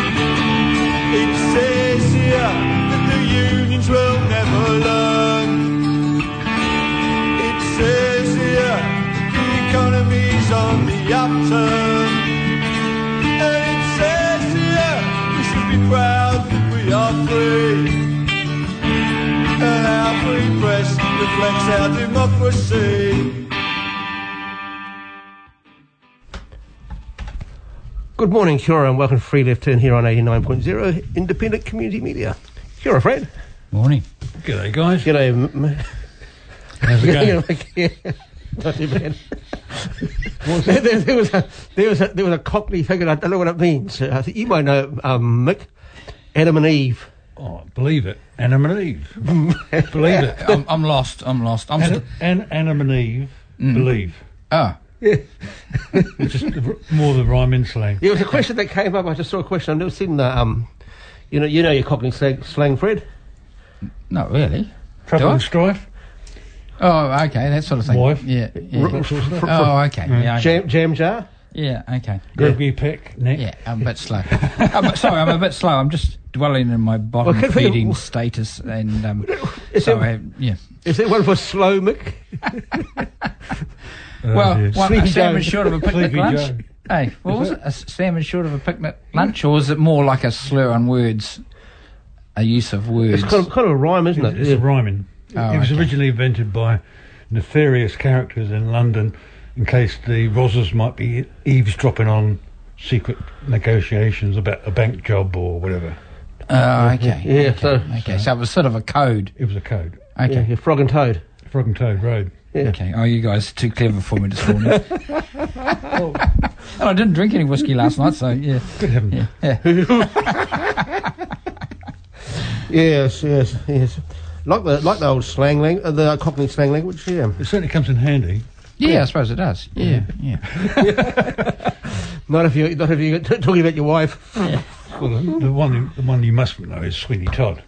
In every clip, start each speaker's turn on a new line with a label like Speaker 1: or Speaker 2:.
Speaker 1: It says here that the unions will never learn. It says here that the economy's on the upturn. And it says here we should be proud that we are free. And our free press reflects our democracy.
Speaker 2: Good morning, Kia ora, and welcome to Free Left Turn here on 89.0 Independent Community Media. Kia ora, Fred.
Speaker 3: Morning. G'day, guys.
Speaker 2: G'day. m- m-
Speaker 3: How's it going?
Speaker 2: yeah, Not too bad. there, there- there was a, there, was a, there was a Cockney figure, I don't know what it means. Uh, I think you might know, um, Mick. Adam and Eve.
Speaker 3: Oh, believe it. Adam and Eve. believe it.
Speaker 4: I'm, I'm lost. I'm lost. I'm
Speaker 3: Adam,
Speaker 4: st-
Speaker 3: and Adam and Eve believe.
Speaker 4: Mm. ah.
Speaker 3: It's just the r- more the rhyme in slang.
Speaker 2: There was a question that came up, I just saw a question, I've never seen the, um, you know, you know your Cockney slang, slang Fred?
Speaker 4: Not really.
Speaker 3: Trouble
Speaker 4: I?
Speaker 3: and strife.
Speaker 4: Oh, okay. That sort of thing.
Speaker 3: Wife.
Speaker 4: Yeah. yeah.
Speaker 3: That sort of stuff.
Speaker 4: Oh, okay. Yeah. okay.
Speaker 2: Jam, jam jar?
Speaker 4: Yeah. Okay.
Speaker 3: Groovy peck, neck.
Speaker 4: Yeah. I'm a bit slow. I'm, a- sorry, I'm a bit slow. I'm just dwelling in my bottom
Speaker 2: Well, good for you.
Speaker 4: feeding status, and um,
Speaker 2: Is,
Speaker 4: so
Speaker 2: there,
Speaker 4: I, yeah.
Speaker 2: is there one for slow Mick?
Speaker 3: Oh,
Speaker 4: well,
Speaker 3: dear.
Speaker 4: one,
Speaker 2: Sleepy
Speaker 4: a salmon
Speaker 2: Joe.
Speaker 4: short of a picnic
Speaker 3: Sleepy
Speaker 4: lunch.
Speaker 3: Joe.
Speaker 4: Hey, what was it? A s- salmon short of a picnic lunch, or is it more like a slur on words, a use of words?
Speaker 2: It's kind of, kind of a rhyme, isn't it?
Speaker 3: It's
Speaker 2: Yeah.
Speaker 3: rhyming.
Speaker 4: Oh,
Speaker 3: it was
Speaker 4: okay.
Speaker 3: originally invented by nefarious characters in London in case the Rozzers might be e-, eavesdropping on secret negotiations about a bank job or whatever.
Speaker 4: oh, okay.
Speaker 2: Yeah,
Speaker 4: okay.
Speaker 2: so-
Speaker 4: okay. So it was sort of a code.
Speaker 3: It was a code.
Speaker 4: Okay.
Speaker 2: Yeah, yeah, frog and toad.
Speaker 3: Frog and Toad Road.
Speaker 4: Okay. Oh, you guys are too clever for me this morning. and
Speaker 3: Oh.
Speaker 4: I didn't drink any whiskey last night, so yeah.
Speaker 3: Good heavens.
Speaker 2: Yes, yes, yes. Like the like the old slang language, uh, the Cockney slang language. Yeah.
Speaker 3: It certainly comes in handy.
Speaker 4: Yeah, I suppose it does. Yeah, yeah.
Speaker 2: Not if you not if you talking about your wife.
Speaker 3: Well, the, the one the one you mustn't know is Sweeney Todd,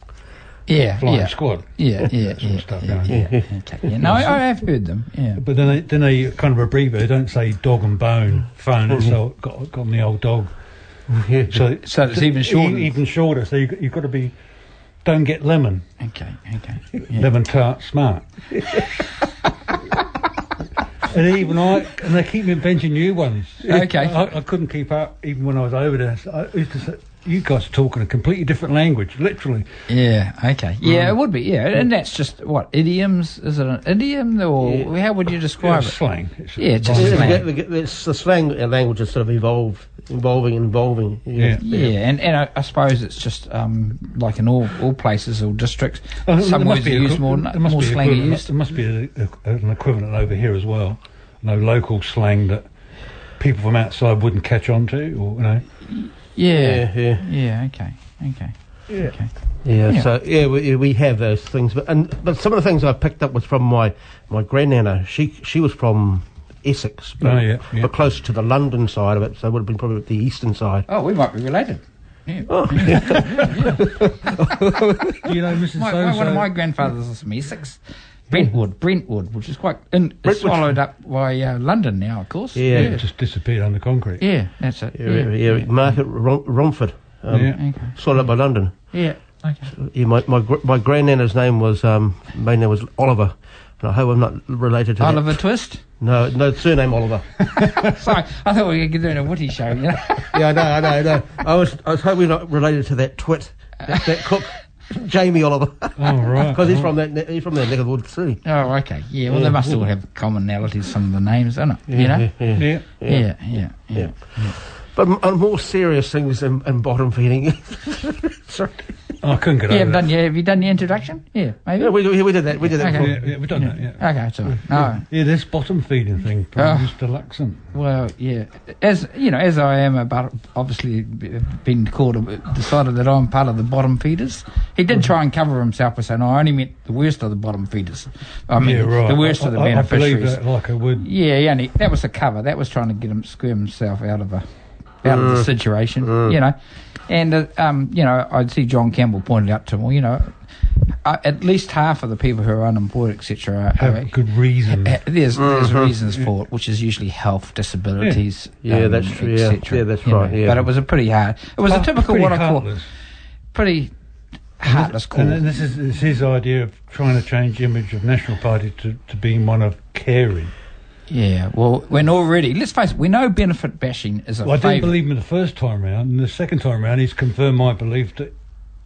Speaker 4: Yeah,
Speaker 3: Flying
Speaker 4: yeah.
Speaker 3: Squad.
Speaker 4: Yeah, yeah,
Speaker 3: Sort
Speaker 4: yeah.
Speaker 3: of stuff
Speaker 4: yeah,
Speaker 3: going
Speaker 4: yeah, Okay, yeah. No, I, I have heard them. Yeah.
Speaker 3: But then they, then they kind of abbreviate. They don't say dog and bone, phone. It's all got, got on the old dog.
Speaker 2: Yeah.
Speaker 3: So,
Speaker 4: So it's even
Speaker 3: e-
Speaker 4: shorter.
Speaker 3: even shorter. So you, you've got to be. Don't get lemon.
Speaker 4: Okay, okay. Yeah.
Speaker 3: lemon tart smart. and even I, and they keep inventing new ones.
Speaker 4: Okay.
Speaker 3: I, I couldn't keep up even when I was over there. So I used to say, you guys are talking a completely different language, literally.
Speaker 4: Yeah, okay. Yeah,
Speaker 3: Mm.
Speaker 4: it would be. Yeah, and that's just what idioms. Is it an idiom or how would you describe
Speaker 3: It's
Speaker 4: it?
Speaker 3: slang. It's
Speaker 4: Yeah, it's just
Speaker 3: slang.
Speaker 4: slang.
Speaker 2: The, the, the slang uh, language is sort of evolved, evolving, and evolving.
Speaker 3: Yeah.
Speaker 4: Yeah, and, and I, I suppose it's just um, like in all, all places, all districts.
Speaker 3: Oh,
Speaker 4: some
Speaker 3: there must
Speaker 4: words are
Speaker 3: be a
Speaker 4: used
Speaker 3: equi-
Speaker 4: more,
Speaker 3: there must
Speaker 4: more
Speaker 3: be
Speaker 4: slang are
Speaker 3: equivalent-
Speaker 4: used.
Speaker 3: There must be a, a, an equivalent over here as well. No local slang that people from outside wouldn't catch on to, or you know.
Speaker 4: Yeah,
Speaker 2: Yeah, yeah,
Speaker 4: yeah. Okay, okay. Okay.
Speaker 2: yeah.
Speaker 4: Yeah.
Speaker 2: So yeah, we, yeah, we have those things, but and but some of the things I picked up was from my my grandnana. She she was from Essex, but,
Speaker 3: Oh, yeah, yeah.
Speaker 2: but closer to the London side of it, so it would have been probably the eastern side.
Speaker 4: Oh, we might be related. Oh, Yeah.
Speaker 3: Do you know Mrs.
Speaker 4: My, my- one of my grandfathers was from Essex, Brentwood, Brentwood, which is quite in, it's
Speaker 2: Brentwood.
Speaker 4: swallowed up by uh, London now, of course.
Speaker 2: Yeah.
Speaker 3: It just disappeared under concrete.
Speaker 4: yeah, that's it.
Speaker 2: Yeah, yeah, Market Rom- Romford, um,
Speaker 3: Yeah.
Speaker 4: Okay.
Speaker 2: swallowed up by London.
Speaker 4: Yeah. Okay.
Speaker 2: Yeah, my my gr- my grandnana's name was um, main name was Oliver, and I hope I'm not related to that.
Speaker 4: Oliver Twist.
Speaker 2: No, no surname Oliver.
Speaker 4: Sorry, I thought we were doing a Woody show. You know?
Speaker 2: yeah, I know, I know, I know. I was I was hoping not related to that twit, that, that cook. Jamie Oliver.
Speaker 4: Uh-huh. Um,
Speaker 3: Oh, right.
Speaker 2: Because he's from that ne- he's from that neck of the woods too.
Speaker 4: Oh, okay. Yeah, well, they must all have commonalities, some of the names, don't it? you know?
Speaker 3: Yeah. yeah.
Speaker 4: Yeah, yeah, yeah.
Speaker 2: Yeah. But m- on more serious things than, than bottom feeding. Sorry.
Speaker 3: I couldn't get
Speaker 4: You
Speaker 3: over
Speaker 4: haven't
Speaker 3: that.
Speaker 4: done your, have you done your introduction? Yeah, maybe.
Speaker 2: Yeah, we, we we did that. We did that.
Speaker 4: Okay.
Speaker 2: before.
Speaker 3: Yeah, yeah, we've done that, yeah.
Speaker 4: okay, it's all right. No,
Speaker 3: Yeah, this bottom feeding thing
Speaker 4: Oh.
Speaker 3: probably just deluxant.
Speaker 4: well, yeah. As you know, as I am about obviously b- been called, a- decided that I'm part of the bottom feeders. He did try and cover himself by saying, "I only meant the worst of the bottom feeders." I mean,
Speaker 3: yeah, right.
Speaker 4: the worst
Speaker 3: I,
Speaker 4: of the
Speaker 3: I, I believe
Speaker 4: beneficiaries.
Speaker 3: that like I would.
Speaker 4: Yeah, he only that was the cover. That was trying to get him squirm himself out of a out of the situation, you know. And uh, um, you know, I'd see John Campbell pointed out to him. Well, you know, uh, at least half of the people who are unemployed, etc., are,
Speaker 3: Have good reason.
Speaker 4: uh, there's there's reasons for it, which is usually health, disabilities,
Speaker 2: Mm-hmm. Yeah. Yeah, that's true, yeah.
Speaker 4: etc.,
Speaker 2: Yeah, that's
Speaker 4: you know.
Speaker 2: right, yeah.
Speaker 4: But it was a pretty hard. It was
Speaker 3: Oh,
Speaker 4: a typical
Speaker 3: pretty
Speaker 4: what I call
Speaker 3: heartless.
Speaker 4: pretty heartless call.
Speaker 3: And then this is, it's his idea of trying to change the image of National Party to, to being one of caring.
Speaker 4: Yeah, well, when already let's face it, we know benefit bashing is a
Speaker 3: Well, I didn't
Speaker 4: favourite.
Speaker 3: believe him the first time round, and the second time round, he's confirmed my belief that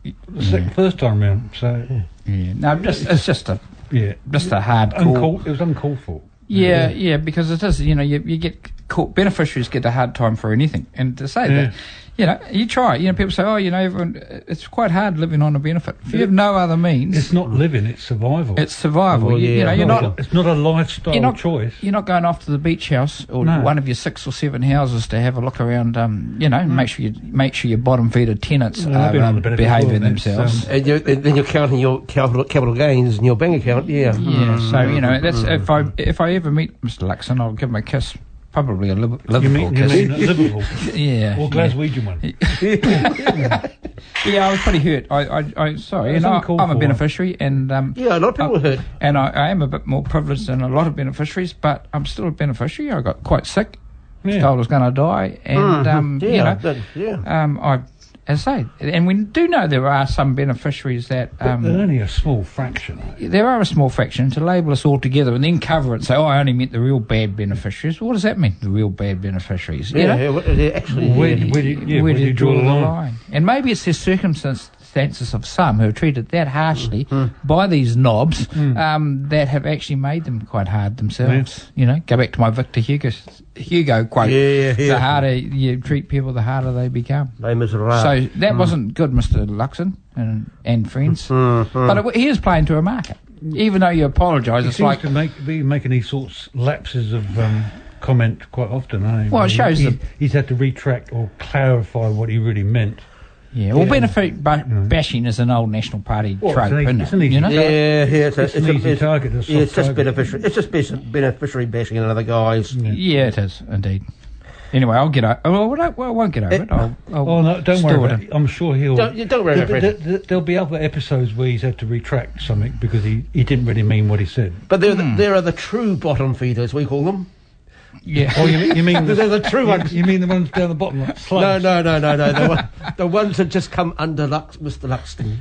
Speaker 3: the sec- first time round. So,
Speaker 4: yeah. No, just it's just a
Speaker 3: yeah,
Speaker 4: just a hard call.
Speaker 3: uncalled, it was uncalled for.
Speaker 4: Yeah, yeah, because it is, you know, you, you get caught, beneficiaries get a hard time for anything. And to say
Speaker 3: Yeah.
Speaker 4: that, you know, you try, you know, people say, oh, you know, everyone, it's quite hard living on a benefit. If you have no other means,
Speaker 3: It's not living; it's survival.
Speaker 4: it's survival.
Speaker 2: Well,
Speaker 4: you, you
Speaker 2: yeah,
Speaker 4: know,
Speaker 2: I
Speaker 4: you're
Speaker 2: know
Speaker 4: not,
Speaker 2: that.
Speaker 3: it's not a lifestyle
Speaker 4: you're not
Speaker 3: choice.
Speaker 4: You're not going off to the beach house or
Speaker 3: No.
Speaker 4: one of your six or seven houses to have a look around. Um, you know, make sure you make sure your bottom feeder tenants
Speaker 3: No, Mm. I've
Speaker 4: are
Speaker 3: been on
Speaker 4: um,
Speaker 3: the benefit
Speaker 4: behaving
Speaker 3: board, that's,
Speaker 4: themselves.
Speaker 2: And, you, and then you're counting your capital, capital gains in your bank account. Yeah.
Speaker 4: Yeah,
Speaker 3: Mm.
Speaker 4: so you know, that's if I if I ever meet Mr. Luxon, I'll give him a kiss, probably a Liv- Liverpool
Speaker 3: You mean, you
Speaker 4: kiss.
Speaker 3: mean at Liverpool
Speaker 4: yeah, yeah.
Speaker 3: or Glaswegian one?
Speaker 4: Yeah, I was pretty hurt. I, I, I sorry, and I,
Speaker 3: uncalled
Speaker 4: I'm a
Speaker 3: for.
Speaker 4: beneficiary, and um,
Speaker 2: Yeah, a lot of people
Speaker 4: I-
Speaker 2: were hurt.
Speaker 4: and I, I am a bit more privileged than a lot of beneficiaries, but I'm still a beneficiary. I got quite sick,
Speaker 3: Yeah.
Speaker 4: told I was going to die, and um,
Speaker 2: Mm-hmm. yeah,
Speaker 4: you know,
Speaker 2: that- yeah.
Speaker 4: um, I, as I say, and we do know there are some beneficiaries that
Speaker 3: But
Speaker 4: um,
Speaker 3: only a small fraction.
Speaker 4: there are a small fraction to label us all together and then cover it. and Say, oh, I only meant the real bad beneficiaries. What does that mean? The real bad beneficiaries, you know?
Speaker 2: Yeah, yeah, yeah, actually,
Speaker 3: Where,
Speaker 2: yeah.
Speaker 3: where do you, yeah, where do you draw, the line?
Speaker 4: And maybe it's the circumstances of some who are treated that harshly
Speaker 3: Mm.
Speaker 4: by these knobs um, that have actually made them quite hard themselves. You know, go back to my Victor Hugo, Hugo quote.
Speaker 2: Yeah, yeah, yeah.
Speaker 4: The harder you treat people, the harder they become.
Speaker 2: Les Miserables.
Speaker 4: So that
Speaker 3: Hmm.
Speaker 4: wasn't good, Mr. Luxon and, and friends.
Speaker 3: Hmm,
Speaker 4: But it, he is playing to a market. Even though you apologise,
Speaker 3: He
Speaker 4: it's
Speaker 3: seems
Speaker 4: like
Speaker 3: to make, be making these sorts lapses of um, comment quite often. Eh?
Speaker 4: Well, it
Speaker 3: He-
Speaker 4: shows
Speaker 3: he-
Speaker 4: the-
Speaker 3: he's had to retract or clarify what he really meant.
Speaker 4: yeah. Well, benefit ba- bashing is an old National Party
Speaker 3: Well,
Speaker 4: trope,
Speaker 3: it's an
Speaker 4: isn't
Speaker 3: easy- it's
Speaker 4: it?
Speaker 3: an easy
Speaker 4: You know?
Speaker 3: thing.
Speaker 2: yeah, yeah, it's, a,
Speaker 3: It's an easy target, a soft
Speaker 2: Yeah, it's just
Speaker 3: target.
Speaker 2: beneficiary. It's just basi- beneficiary bashing another guy's.
Speaker 4: Yeah, it is indeed. Anyway, I'll get over. Well, I won't- well, I won't get over it. I'll, I'll
Speaker 3: Oh no, don't
Speaker 4: store
Speaker 3: worry.
Speaker 4: it
Speaker 3: About
Speaker 4: in.
Speaker 3: it. I'm sure he'll.
Speaker 2: Don't, you- don't worry about
Speaker 3: There-
Speaker 2: it.
Speaker 3: there- there- There'll be other episodes where he's had to retract something because he, he didn't really mean what he said.
Speaker 2: But there, are the, there are the true bottom feeders, we call them.
Speaker 3: Oh,
Speaker 4: Yeah,
Speaker 3: you, mean- you mean
Speaker 2: They're the true ones.
Speaker 3: You mean the ones down the bottom? Like
Speaker 2: No,
Speaker 3: slums?
Speaker 2: no, no, no, no. The, one, the ones that just come under Lux, Mr. Luxton.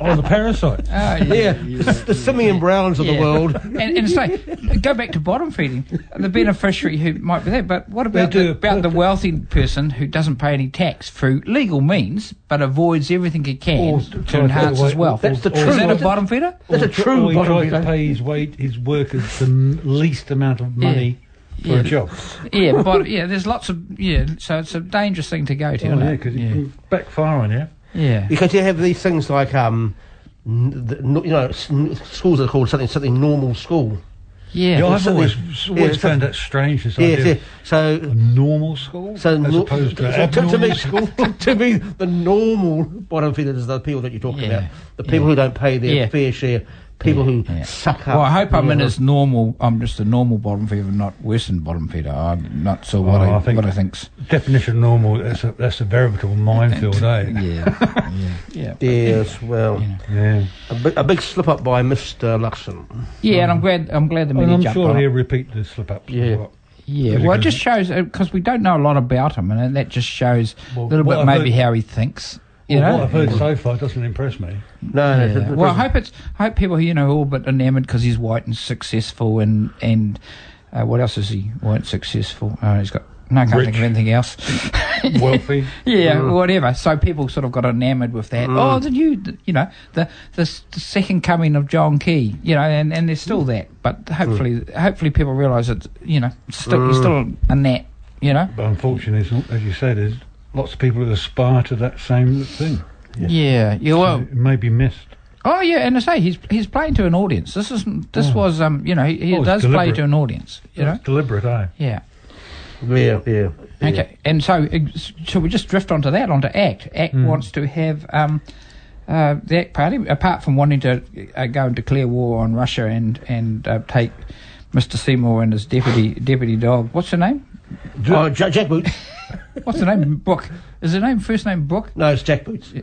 Speaker 3: Oh, the parasite.
Speaker 4: Ah,
Speaker 2: Yeah, the, the Simeon Browns of the
Speaker 4: yeah.
Speaker 2: world.
Speaker 4: and, and say, go back to bottom feeding. The beneficiary who might be there, but what about
Speaker 3: do
Speaker 4: the,
Speaker 3: a
Speaker 4: about the
Speaker 3: perfect-
Speaker 4: wealthy person who doesn't pay any tax through legal means, but avoids everything he
Speaker 3: Or
Speaker 4: can
Speaker 3: to
Speaker 4: to
Speaker 3: try
Speaker 4: enhance
Speaker 3: to-
Speaker 4: his wealth?
Speaker 2: That's the
Speaker 4: Is
Speaker 2: true-
Speaker 4: that a bottom feeder?
Speaker 2: That's a
Speaker 3: Or-
Speaker 2: true
Speaker 3: or he
Speaker 2: bottom
Speaker 3: tries to
Speaker 2: feeder.
Speaker 3: pay his wage, his workers the m- least amount of money for
Speaker 4: Yeah.
Speaker 3: a job.
Speaker 4: Yeah, but yeah, there's lots of yeah. So it's a dangerous thing to go to.
Speaker 3: Oh,
Speaker 4: isn't
Speaker 3: yeah,
Speaker 4: it?
Speaker 3: because it can backfire on you.
Speaker 4: yeah.
Speaker 2: Because you have these things like, um, n- the, n- you know, s- n- schools are called something, something normal school.
Speaker 4: yeah,
Speaker 3: Yeah,
Speaker 4: yeah.
Speaker 3: I've
Speaker 2: so-
Speaker 3: always,
Speaker 2: yeah,
Speaker 3: always
Speaker 2: so-
Speaker 3: found that strange. This
Speaker 2: Yeah,
Speaker 3: idea
Speaker 2: yeah.
Speaker 3: of
Speaker 2: So,
Speaker 3: a normal school
Speaker 2: so,
Speaker 3: as
Speaker 2: nor-
Speaker 3: opposed to
Speaker 2: so
Speaker 3: an
Speaker 2: to, to me,
Speaker 3: abnormal
Speaker 2: school, to me, the normal bottom feeders are the people that you're talking
Speaker 4: Yeah,
Speaker 2: about, the people who don't pay their
Speaker 4: Yeah.
Speaker 2: fair share, people who
Speaker 4: yeah.
Speaker 2: suck up.
Speaker 4: Well, I hope I'm in as normal. I'm just a normal bottom feeder, not worse than bottom feeder. I'm not sure what
Speaker 3: Oh,
Speaker 4: I,
Speaker 3: I think-
Speaker 4: what I think's.
Speaker 3: definition of normal. That's a that's a veritable minefield, eh?
Speaker 4: Yeah, yeah, yeah.
Speaker 2: Yes, well,
Speaker 3: Yeah.
Speaker 2: a, bi- a big slip up by Mr. Luxon.
Speaker 4: Yeah, and I'm glad. I'm glad the
Speaker 3: And
Speaker 4: media
Speaker 3: I'm
Speaker 4: jumped
Speaker 3: sure
Speaker 4: on.
Speaker 3: he'll
Speaker 4: it.
Speaker 3: repeat the slip ups.
Speaker 2: Yeah.
Speaker 4: Yeah, well, it just shows because we don't know a lot about him, and that just shows a
Speaker 3: Well,
Speaker 4: little
Speaker 3: what
Speaker 4: bit
Speaker 3: I've
Speaker 4: maybe
Speaker 3: heard-
Speaker 4: how he thinks. You
Speaker 3: You
Speaker 4: know.
Speaker 3: what I've heard so far doesn't impress me.
Speaker 2: No, no,
Speaker 4: Yeah.
Speaker 2: it- it
Speaker 4: Well, I
Speaker 2: doesn't-
Speaker 4: hope it's I hope people you know are all but enamoured because he's white and successful and and uh, what else is he white and successful? Uh, he's got No, I can't think of
Speaker 3: Rich. Mm.
Speaker 4: anything else.
Speaker 3: Wealthy.
Speaker 4: Yeah, whatever. So people sort of got enamoured with that.
Speaker 3: Mm.
Speaker 4: Oh, the new, you know, the, the s- the second coming of John Key, you know, and, and there's
Speaker 3: Mm.
Speaker 4: still that. But hopefully, hopefully people realise that, you know, still,
Speaker 3: Mm.
Speaker 4: you're still in that, you know.
Speaker 3: But unfortunately, it's not- as you said, there's lots of people that aspire to that same thing.
Speaker 4: Yeah, you will.
Speaker 3: It may be missed.
Speaker 4: Oh yeah, and I say he's he's playing to an audience. This is this was um you know he, he
Speaker 3: Oh, it's
Speaker 4: does play
Speaker 3: deliberate.
Speaker 4: to an audience. You know.
Speaker 3: It's deliberate, eh?
Speaker 4: Yeah.
Speaker 2: Yeah, yeah. yeah.
Speaker 4: Okay, and so uh, s- shall we just drift onto that, onto ACT? ACT wants to have um, uh, the ACT party, apart from wanting to uh, go and declare war on Russia and and uh, take Mr Seymour and his deputy deputy dog. What's her name?
Speaker 2: Oh, Jack, Jack Boots.
Speaker 4: What's her name? Brooke. Is her name first name Brooke?
Speaker 2: No, it's Jack Boots.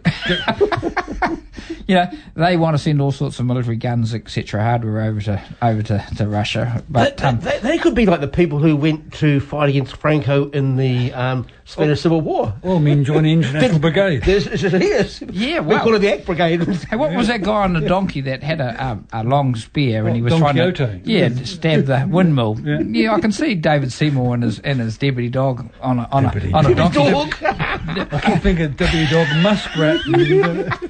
Speaker 4: You know, they want to send all sorts of military guns, etc., hardware over to over to, to Russia. But
Speaker 2: they,
Speaker 4: um,
Speaker 2: they, they could be like the people who went to fight against Franco in the um, Spanish
Speaker 4: Oh.
Speaker 2: Civil War.
Speaker 3: Or mean join the International Brigade.
Speaker 2: There's, there's, yes.
Speaker 4: Yeah,
Speaker 2: We
Speaker 4: wow.
Speaker 2: call it the Act Brigade.
Speaker 4: Hey, what was that guy on the donkey that had a um, a long spear and he was
Speaker 3: Don
Speaker 4: trying
Speaker 3: Quixote?
Speaker 4: to yeah to stab the windmill? Yeah.
Speaker 3: Yeah.
Speaker 4: I can see David Seymour and his and his deputy dog on a on
Speaker 3: Deputy
Speaker 4: a on a
Speaker 3: dog.
Speaker 4: donkey.
Speaker 2: Dog.
Speaker 3: I keep thinking W Dog Muskrat.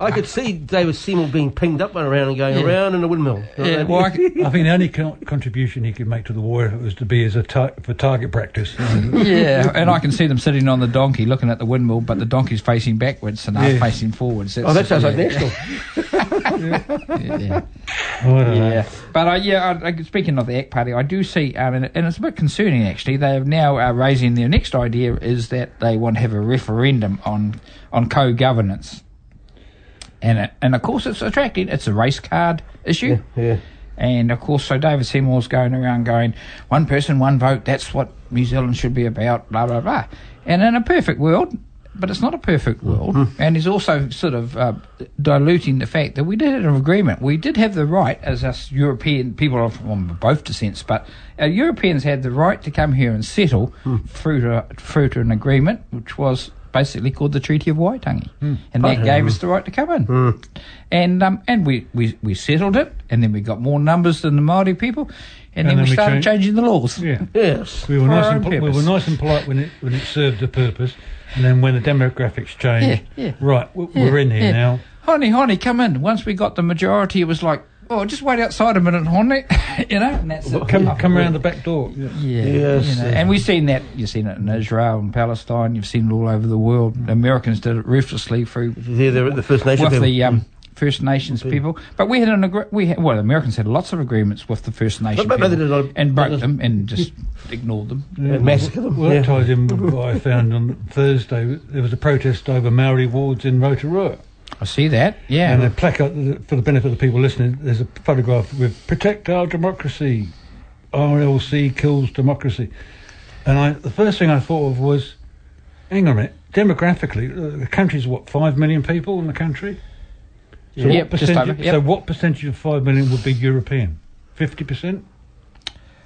Speaker 3: I
Speaker 2: I could see David Seymour being pinged up and around and going
Speaker 4: Yeah.
Speaker 2: around in a windmill.
Speaker 4: Yeah, well, I c-
Speaker 3: think the only con- contribution he could make to the war was to be as a tar- for target practice.
Speaker 4: Oh, yeah, and I can see them sitting on the donkey looking at the windmill, but the donkey's facing backwards and I'm
Speaker 3: Yeah.
Speaker 4: facing forwards. That's
Speaker 2: oh, that sounds like
Speaker 4: yeah,
Speaker 2: national.
Speaker 4: Yeah,
Speaker 3: Oh, I don't know.
Speaker 4: yeah. but uh, yeah, I, I, speaking of the ACT Party, I do see, um, and, and it's a bit concerning actually. They are now uh, raising their next idea is that they want to have a referendum on on co-governance. and it, and of course it's attracting it's a race card issue
Speaker 2: yeah.
Speaker 4: and of course so david seymour's going around going one person one vote that's what new zealand should be about blah blah blah and in a perfect world but it's not a perfect world and he's also sort of uh, diluting the fact that we did have an agreement we did have the right as us european people of from both descents but uh, europeans had the right to come here and settle through to through to an agreement which was basically called the Treaty of Waitangi,
Speaker 3: Hmm.
Speaker 4: and
Speaker 3: Oh,
Speaker 4: that gave us the right to come in. And um, and we, we we settled it, and then we got more numbers than the Maori people, and, then,
Speaker 3: then
Speaker 4: we
Speaker 3: we
Speaker 4: started
Speaker 3: changed-
Speaker 4: changing the laws.
Speaker 3: Yeah.
Speaker 2: Yes.
Speaker 3: We were,
Speaker 4: For
Speaker 3: nice
Speaker 4: our
Speaker 3: and
Speaker 4: own
Speaker 3: pol- we were
Speaker 4: purpose.
Speaker 3: nice and polite when it when it served a purpose, and then when the demographics changed,
Speaker 4: Yeah, yeah.
Speaker 3: right, w- we're in here
Speaker 4: Yeah.
Speaker 3: now.
Speaker 4: honey, honey, come in. Once we got the majority, it was like, oh, just wait outside a minute, honey, you know, and that's it.
Speaker 3: Come come around the back door. Yeah.
Speaker 4: Yeah,
Speaker 2: Yes.
Speaker 4: you know, and we've seen that. You've seen it in Israel and Palestine. You've seen it all over the world.
Speaker 3: Hmm.
Speaker 4: Americans did it ruthlessly through
Speaker 2: They're, they're the First Nation
Speaker 4: with
Speaker 2: people.
Speaker 4: the um,
Speaker 3: Mm.
Speaker 4: First Nations people. But we had an agree- we had, well, the Americans had lots of agreements with the First Nation
Speaker 2: but- but they
Speaker 4: people
Speaker 2: did not-
Speaker 4: and
Speaker 2: they
Speaker 4: broke them and just ignored them.
Speaker 3: Yeah,
Speaker 2: massacre them,
Speaker 3: Well, that
Speaker 2: yeah.
Speaker 3: ties in with what I found on Thursday. There was a protest over Maori wards in Rotorua.
Speaker 4: I see that. Yeah.
Speaker 3: And a placard, for the benefit of the people listening, there's a photograph with Protect Our Democracy, RLC Kills Democracy. And I, the first thing I thought of was, hang on a minute, demographically, uh, the country's what, 5 million people in the country? So,
Speaker 4: Yep,
Speaker 3: what
Speaker 4: just over,
Speaker 3: percentage,
Speaker 4: yep.
Speaker 3: so what percentage of 5 million would be European? 50%?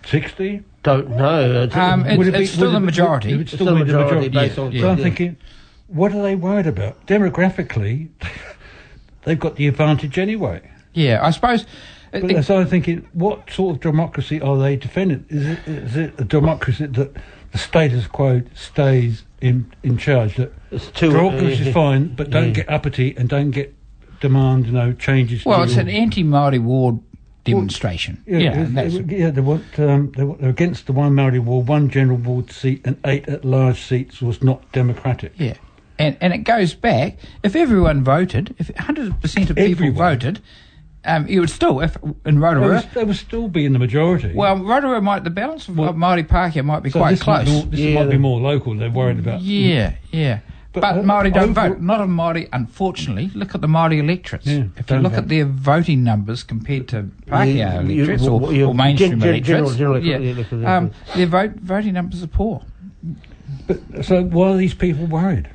Speaker 3: 60?
Speaker 2: Don't know. It's-
Speaker 4: Um, it-
Speaker 3: Would
Speaker 4: it's
Speaker 3: be-
Speaker 4: still
Speaker 3: would
Speaker 4: the
Speaker 3: it be-
Speaker 4: majority.
Speaker 3: It would
Speaker 4: It's
Speaker 3: still,
Speaker 2: still
Speaker 3: be
Speaker 2: the
Speaker 3: the
Speaker 2: majority
Speaker 3: majority.
Speaker 2: based on-
Speaker 3: so I'm
Speaker 2: yeah.
Speaker 3: thinking, what are they worried about? Demographically, they've got the advantage anyway.
Speaker 4: yeah, I suppose. uh,
Speaker 3: But
Speaker 4: it-
Speaker 3: so I'm thinking, what sort of democracy are they defending? Is it, is it a democracy that the status quo stays in, in charge? That
Speaker 2: it's too,
Speaker 3: democracy
Speaker 2: yeah.
Speaker 3: is fine, but don't
Speaker 2: Yeah.
Speaker 3: get uppity and don't get demand, you know, changes.
Speaker 4: well,
Speaker 3: to
Speaker 4: it's an anti-Maori war demonstration.
Speaker 3: yeah,
Speaker 4: yeah,
Speaker 3: it-
Speaker 4: and that's-
Speaker 3: it- yeah, they want um, they want, they're against the one Maori ward, one general ward seat, and eight at large seats was not democratic.
Speaker 4: yeah. And and it goes back. If everyone voted, if 100 percent of people
Speaker 3: Everyone.
Speaker 4: voted, um, you would still, if in
Speaker 3: They
Speaker 4: Rotorua,
Speaker 3: was, they was still be in the majority.
Speaker 4: well, Rotorua might the balance of Maori Pākehā might be
Speaker 3: So
Speaker 4: quite
Speaker 3: this
Speaker 4: close.
Speaker 3: Might, be more- this
Speaker 2: Yeah.
Speaker 3: might be more local. They're worried about.
Speaker 4: Yeah, yeah. But,
Speaker 3: But o-
Speaker 4: Maori don't
Speaker 3: over-
Speaker 4: vote. Not a Maori, unfortunately. Look at the Maori electorates.
Speaker 3: Yeah,
Speaker 4: if you
Speaker 3: don't
Speaker 4: look
Speaker 3: vote.
Speaker 4: at their voting numbers compared to Pākehā
Speaker 2: Yeah, you-
Speaker 4: electorates
Speaker 2: well,
Speaker 4: or,
Speaker 2: you-
Speaker 4: or mainstream
Speaker 2: gen- gen-
Speaker 4: electorates,
Speaker 2: general- general
Speaker 4: yeah,
Speaker 2: electorate, yeah.
Speaker 4: um, their vote voting numbers are poor.
Speaker 3: So why are these people worried?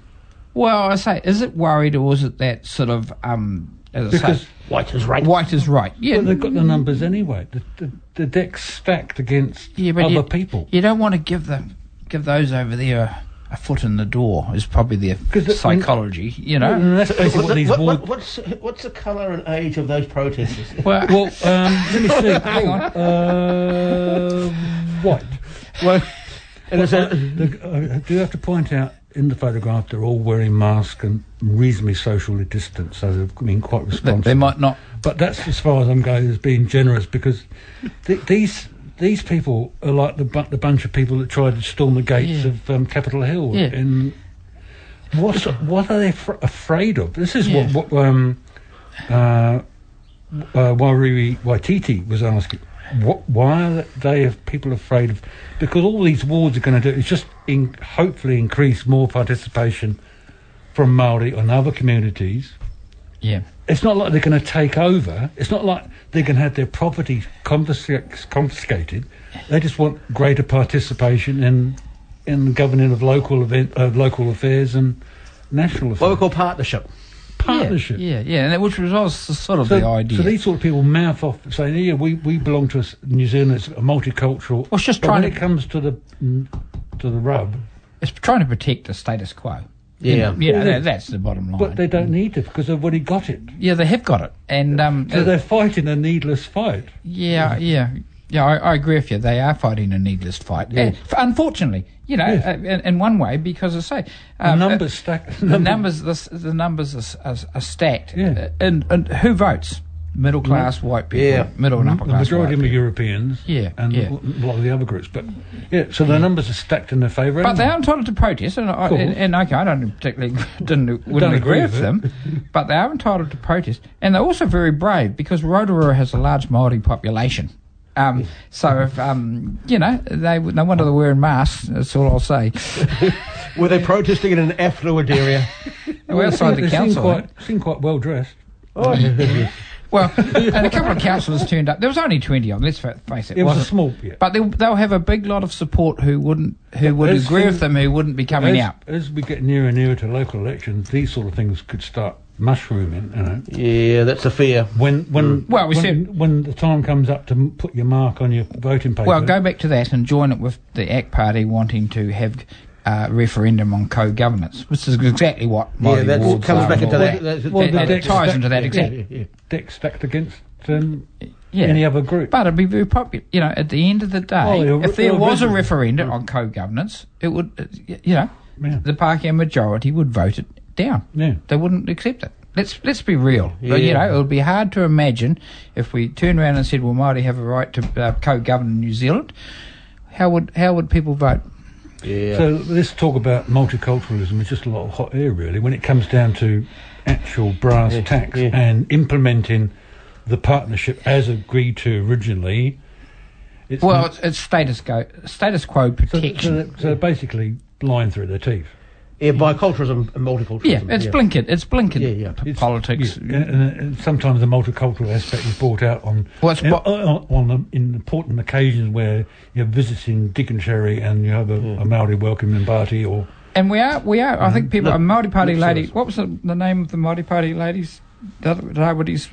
Speaker 4: Well, I say, is it worried or is it that sort of um, as I
Speaker 3: Because
Speaker 4: say,
Speaker 2: White is right.
Speaker 4: white is right? Yeah,
Speaker 3: But they've got the numbers anyway. The, the, the deck's stacked against
Speaker 4: yeah, but
Speaker 3: other
Speaker 4: you,
Speaker 3: people.
Speaker 4: You don't want to give the give those over there. A, a foot in the door is probably their
Speaker 3: 'Cause the- Mm-hmm.
Speaker 4: psychology, you know.
Speaker 3: And that's basically what these
Speaker 2: What-
Speaker 3: ward.
Speaker 2: what- what's, what's the colour and age of those protesters?
Speaker 4: Well,
Speaker 3: Well, um, let me see.
Speaker 4: hang on.
Speaker 3: Uh, what?
Speaker 2: well, And it's a,
Speaker 3: Look, I I uh, do have to point out in the photograph they're all wearing masks and reasonably socially distanced, so they've been quite
Speaker 4: They,
Speaker 3: responsible.
Speaker 4: they might not.
Speaker 3: But that's as far as I'm going as being generous because th- these these people are like the, bu- the bunch of people that tried to storm the gates
Speaker 4: Yeah.
Speaker 3: of um, Capitol Hill.
Speaker 4: Yeah.
Speaker 3: In what what are they fr- afraid of? This is
Speaker 4: Yeah.
Speaker 3: what what um, uh, uh, Wairiri Waititi was asking. What, why are they are people afraid of? Because all these wars are going to do is just in, hopefully increase more participation from Maori and other communities
Speaker 4: Yeah.
Speaker 3: it's not like they're going to take over. It's not like they're going to have their property confisc- confiscated. They just want greater participation in in the governing of local event, uh, local affairs and national
Speaker 2: what we
Speaker 3: affairs.
Speaker 2: call partnership.
Speaker 3: partnership.
Speaker 4: Yeah, yeah, and that, which was also sort of
Speaker 3: So,
Speaker 4: the idea.
Speaker 3: so these sort of people mouth off saying, "Yeah, we, we belong to a s- New Zealand. It's a multicultural."
Speaker 4: Well, it's just
Speaker 3: but
Speaker 4: trying
Speaker 3: when
Speaker 4: to-
Speaker 3: it comes to the mm, to the rub,
Speaker 4: it's trying to protect the status quo.
Speaker 2: Yeah.
Speaker 4: You know,
Speaker 3: Yeah.
Speaker 4: that, that's the bottom line.
Speaker 3: but they don't need it because they've already got it.
Speaker 4: yeah, they have got it, and um,
Speaker 3: So
Speaker 4: uh,
Speaker 3: they're fighting a needless fight.
Speaker 4: yeah, yeah, yeah. I, I agree with you. They are fighting a needless fight. And f- unfortunately, you know,
Speaker 3: Yes.
Speaker 4: uh, in, in one way, because I say uh,
Speaker 3: numbers
Speaker 4: uh,
Speaker 3: stack.
Speaker 4: the numbers, the, s- the numbers are, s- are, s- are stacked.
Speaker 3: Yeah.
Speaker 4: Uh, And, and who votes? Middle class white people.
Speaker 2: Yeah.
Speaker 4: Middle and upper
Speaker 3: The
Speaker 4: class.
Speaker 3: Mm-hmm. majority
Speaker 4: white
Speaker 3: of them are
Speaker 4: people.
Speaker 3: Europeans.
Speaker 4: Yeah,
Speaker 3: And
Speaker 4: yeah.
Speaker 3: a lot of the other groups. But yeah, so the numbers are stacked in their favour.
Speaker 4: But
Speaker 3: aren't
Speaker 4: they are entitled to protest, and, I,
Speaker 3: course.
Speaker 4: and, and okay, I don't particularly didn't wouldn't
Speaker 3: Don't
Speaker 4: agree
Speaker 3: agree
Speaker 4: with
Speaker 3: with
Speaker 4: them, but they are entitled to protest, and they're also very brave because Rotorua has a large Maori population. Um, so if um, you know, they no wonder they're wearing masks. That's all I'll say.
Speaker 2: Were they protesting in an affluent area?
Speaker 4: We're outside the
Speaker 3: They seem
Speaker 4: council. eh?
Speaker 3: quite, seem quite well dressed.
Speaker 2: Oh, yeah.
Speaker 4: Well, and a couple of councillors turned up. There was only twenty of them. Let's fa- face it.
Speaker 3: It was a
Speaker 4: wasn't-
Speaker 3: small. Yeah.
Speaker 4: But they'll, they'll have a big lot of support who wouldn't, who would
Speaker 3: those
Speaker 4: agree with
Speaker 3: things-
Speaker 4: them, who wouldn't be coming
Speaker 3: as,
Speaker 4: out.
Speaker 3: as we get nearer and nearer to local elections, these sort of things could start mushrooming. You know,
Speaker 2: yeah, that's a fear.
Speaker 3: when when
Speaker 4: Mm. Well, we
Speaker 3: when,
Speaker 4: said-
Speaker 3: when the time comes up to m- put your mark on your voting paper.
Speaker 4: Well, go back to that and join it with the ACT Party wanting to have a referendum on co-governance, which is exactly what Māori
Speaker 2: that's-
Speaker 4: wards
Speaker 2: comes
Speaker 4: are
Speaker 2: back
Speaker 4: and
Speaker 2: into
Speaker 4: all
Speaker 2: that- that's- Well,
Speaker 4: It-
Speaker 2: the
Speaker 4: it
Speaker 2: next-
Speaker 4: ties into that
Speaker 2: Yeah,
Speaker 4: exactly.
Speaker 2: yeah, yeah.
Speaker 3: deck stacked against um,
Speaker 4: Yeah.
Speaker 3: any other group.
Speaker 4: But it'd be very popular. You know, at the end of the day,
Speaker 3: Oh, yeah,
Speaker 4: if there
Speaker 3: yeah,
Speaker 4: was a
Speaker 3: originally.
Speaker 4: referendum on co-governance, it would, uh, y- you know,
Speaker 3: Yeah.
Speaker 4: the Pākehā majority would vote it down.
Speaker 3: Yeah.
Speaker 4: They wouldn't accept it. Let's let's be real. But, you
Speaker 2: Yeah.
Speaker 4: know, it would be hard to imagine if we turned around and said, "Well, Māori have a right to uh, co-govern New Zealand." How would how would people vote?
Speaker 2: Yeah.
Speaker 3: So this talk about multiculturalism is just a lot of hot air, really, when it comes down to actual brass tacks
Speaker 2: yeah.
Speaker 3: and implementing the partnership as agreed to originally. It's
Speaker 4: Well, it's,
Speaker 3: not-
Speaker 4: it's status quo, status quo
Speaker 3: so,
Speaker 4: protection.
Speaker 3: so, that- so basically, lying through their teeth.
Speaker 2: yeah, biculturalism and multiculturalism.
Speaker 4: yeah, it's blinkered. It's blinkered
Speaker 2: Yeah, yeah.
Speaker 4: p-
Speaker 3: It's-
Speaker 4: politics.
Speaker 3: yeah, and, and- and sometimes the multicultural aspect is brought out on
Speaker 4: Well, it's
Speaker 3: in-
Speaker 4: what-
Speaker 3: on, uh, on, on important occasions where you're visiting Dickensherry and you have a, a Maori welcoming party or
Speaker 4: And we are, we are. I think people.
Speaker 2: No,
Speaker 4: a Maori Party
Speaker 2: lip
Speaker 4: lady.
Speaker 2: service.
Speaker 4: What was the, the name of the Maori Party ladies? The other day, what is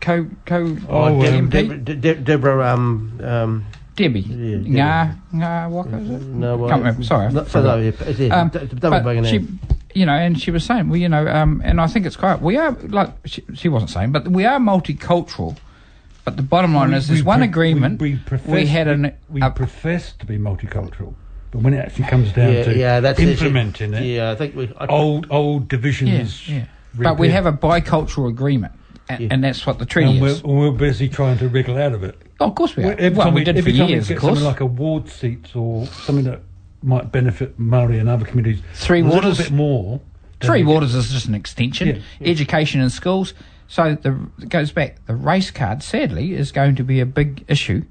Speaker 4: co co
Speaker 3: Oh,
Speaker 2: De-
Speaker 3: um,
Speaker 4: MP?
Speaker 2: Debra- De- De- Deborah, um, um,
Speaker 4: Debbie.
Speaker 2: Yeah, Debbie.
Speaker 4: Ngā Ngā Waka is it?
Speaker 2: no, well,
Speaker 4: Can't remember. Sorry. I
Speaker 2: No, so
Speaker 4: forgot.
Speaker 2: no, yeah, it's, yeah,
Speaker 4: Um,
Speaker 2: d- d- double
Speaker 4: but
Speaker 2: banging
Speaker 4: she,
Speaker 2: in.
Speaker 4: you know, and she was saying, well, you know, um, and I think it's quite. We are like she, she wasn't saying, but we are multicultural. But the bottom line is, there's
Speaker 3: we
Speaker 4: one
Speaker 3: pre-
Speaker 4: agreement.
Speaker 3: We, we, profess,
Speaker 4: we had an
Speaker 3: we
Speaker 4: a-
Speaker 3: profess to be multicultural, but when it actually comes down
Speaker 2: yeah,
Speaker 3: to
Speaker 2: yeah, that's it.
Speaker 3: implementing it, Oh,
Speaker 2: Yeah, I think we. I,
Speaker 3: old old
Speaker 4: yeah,
Speaker 3: divisions.
Speaker 4: yeah. But we
Speaker 3: reappear.
Speaker 4: have a bicultural agreement, and,
Speaker 2: Yeah.
Speaker 4: and that's what the treaty
Speaker 3: And we're,
Speaker 4: is.
Speaker 3: and we're busy trying to wriggle out of it.
Speaker 4: Oh, of course we are.
Speaker 3: Every
Speaker 4: well,
Speaker 3: time
Speaker 4: we did for
Speaker 3: every time
Speaker 4: years,
Speaker 3: we
Speaker 4: of
Speaker 3: get
Speaker 4: course.
Speaker 3: Something like award seats or something that might benefit Maori and other communities.
Speaker 4: Three
Speaker 3: a
Speaker 4: waters.
Speaker 3: little bit more. than
Speaker 4: Three
Speaker 3: we-
Speaker 4: Waters is just an extension.
Speaker 3: Yeah,
Speaker 4: Education in schools. So the, it goes back. The race card, sadly, is going to be a big issue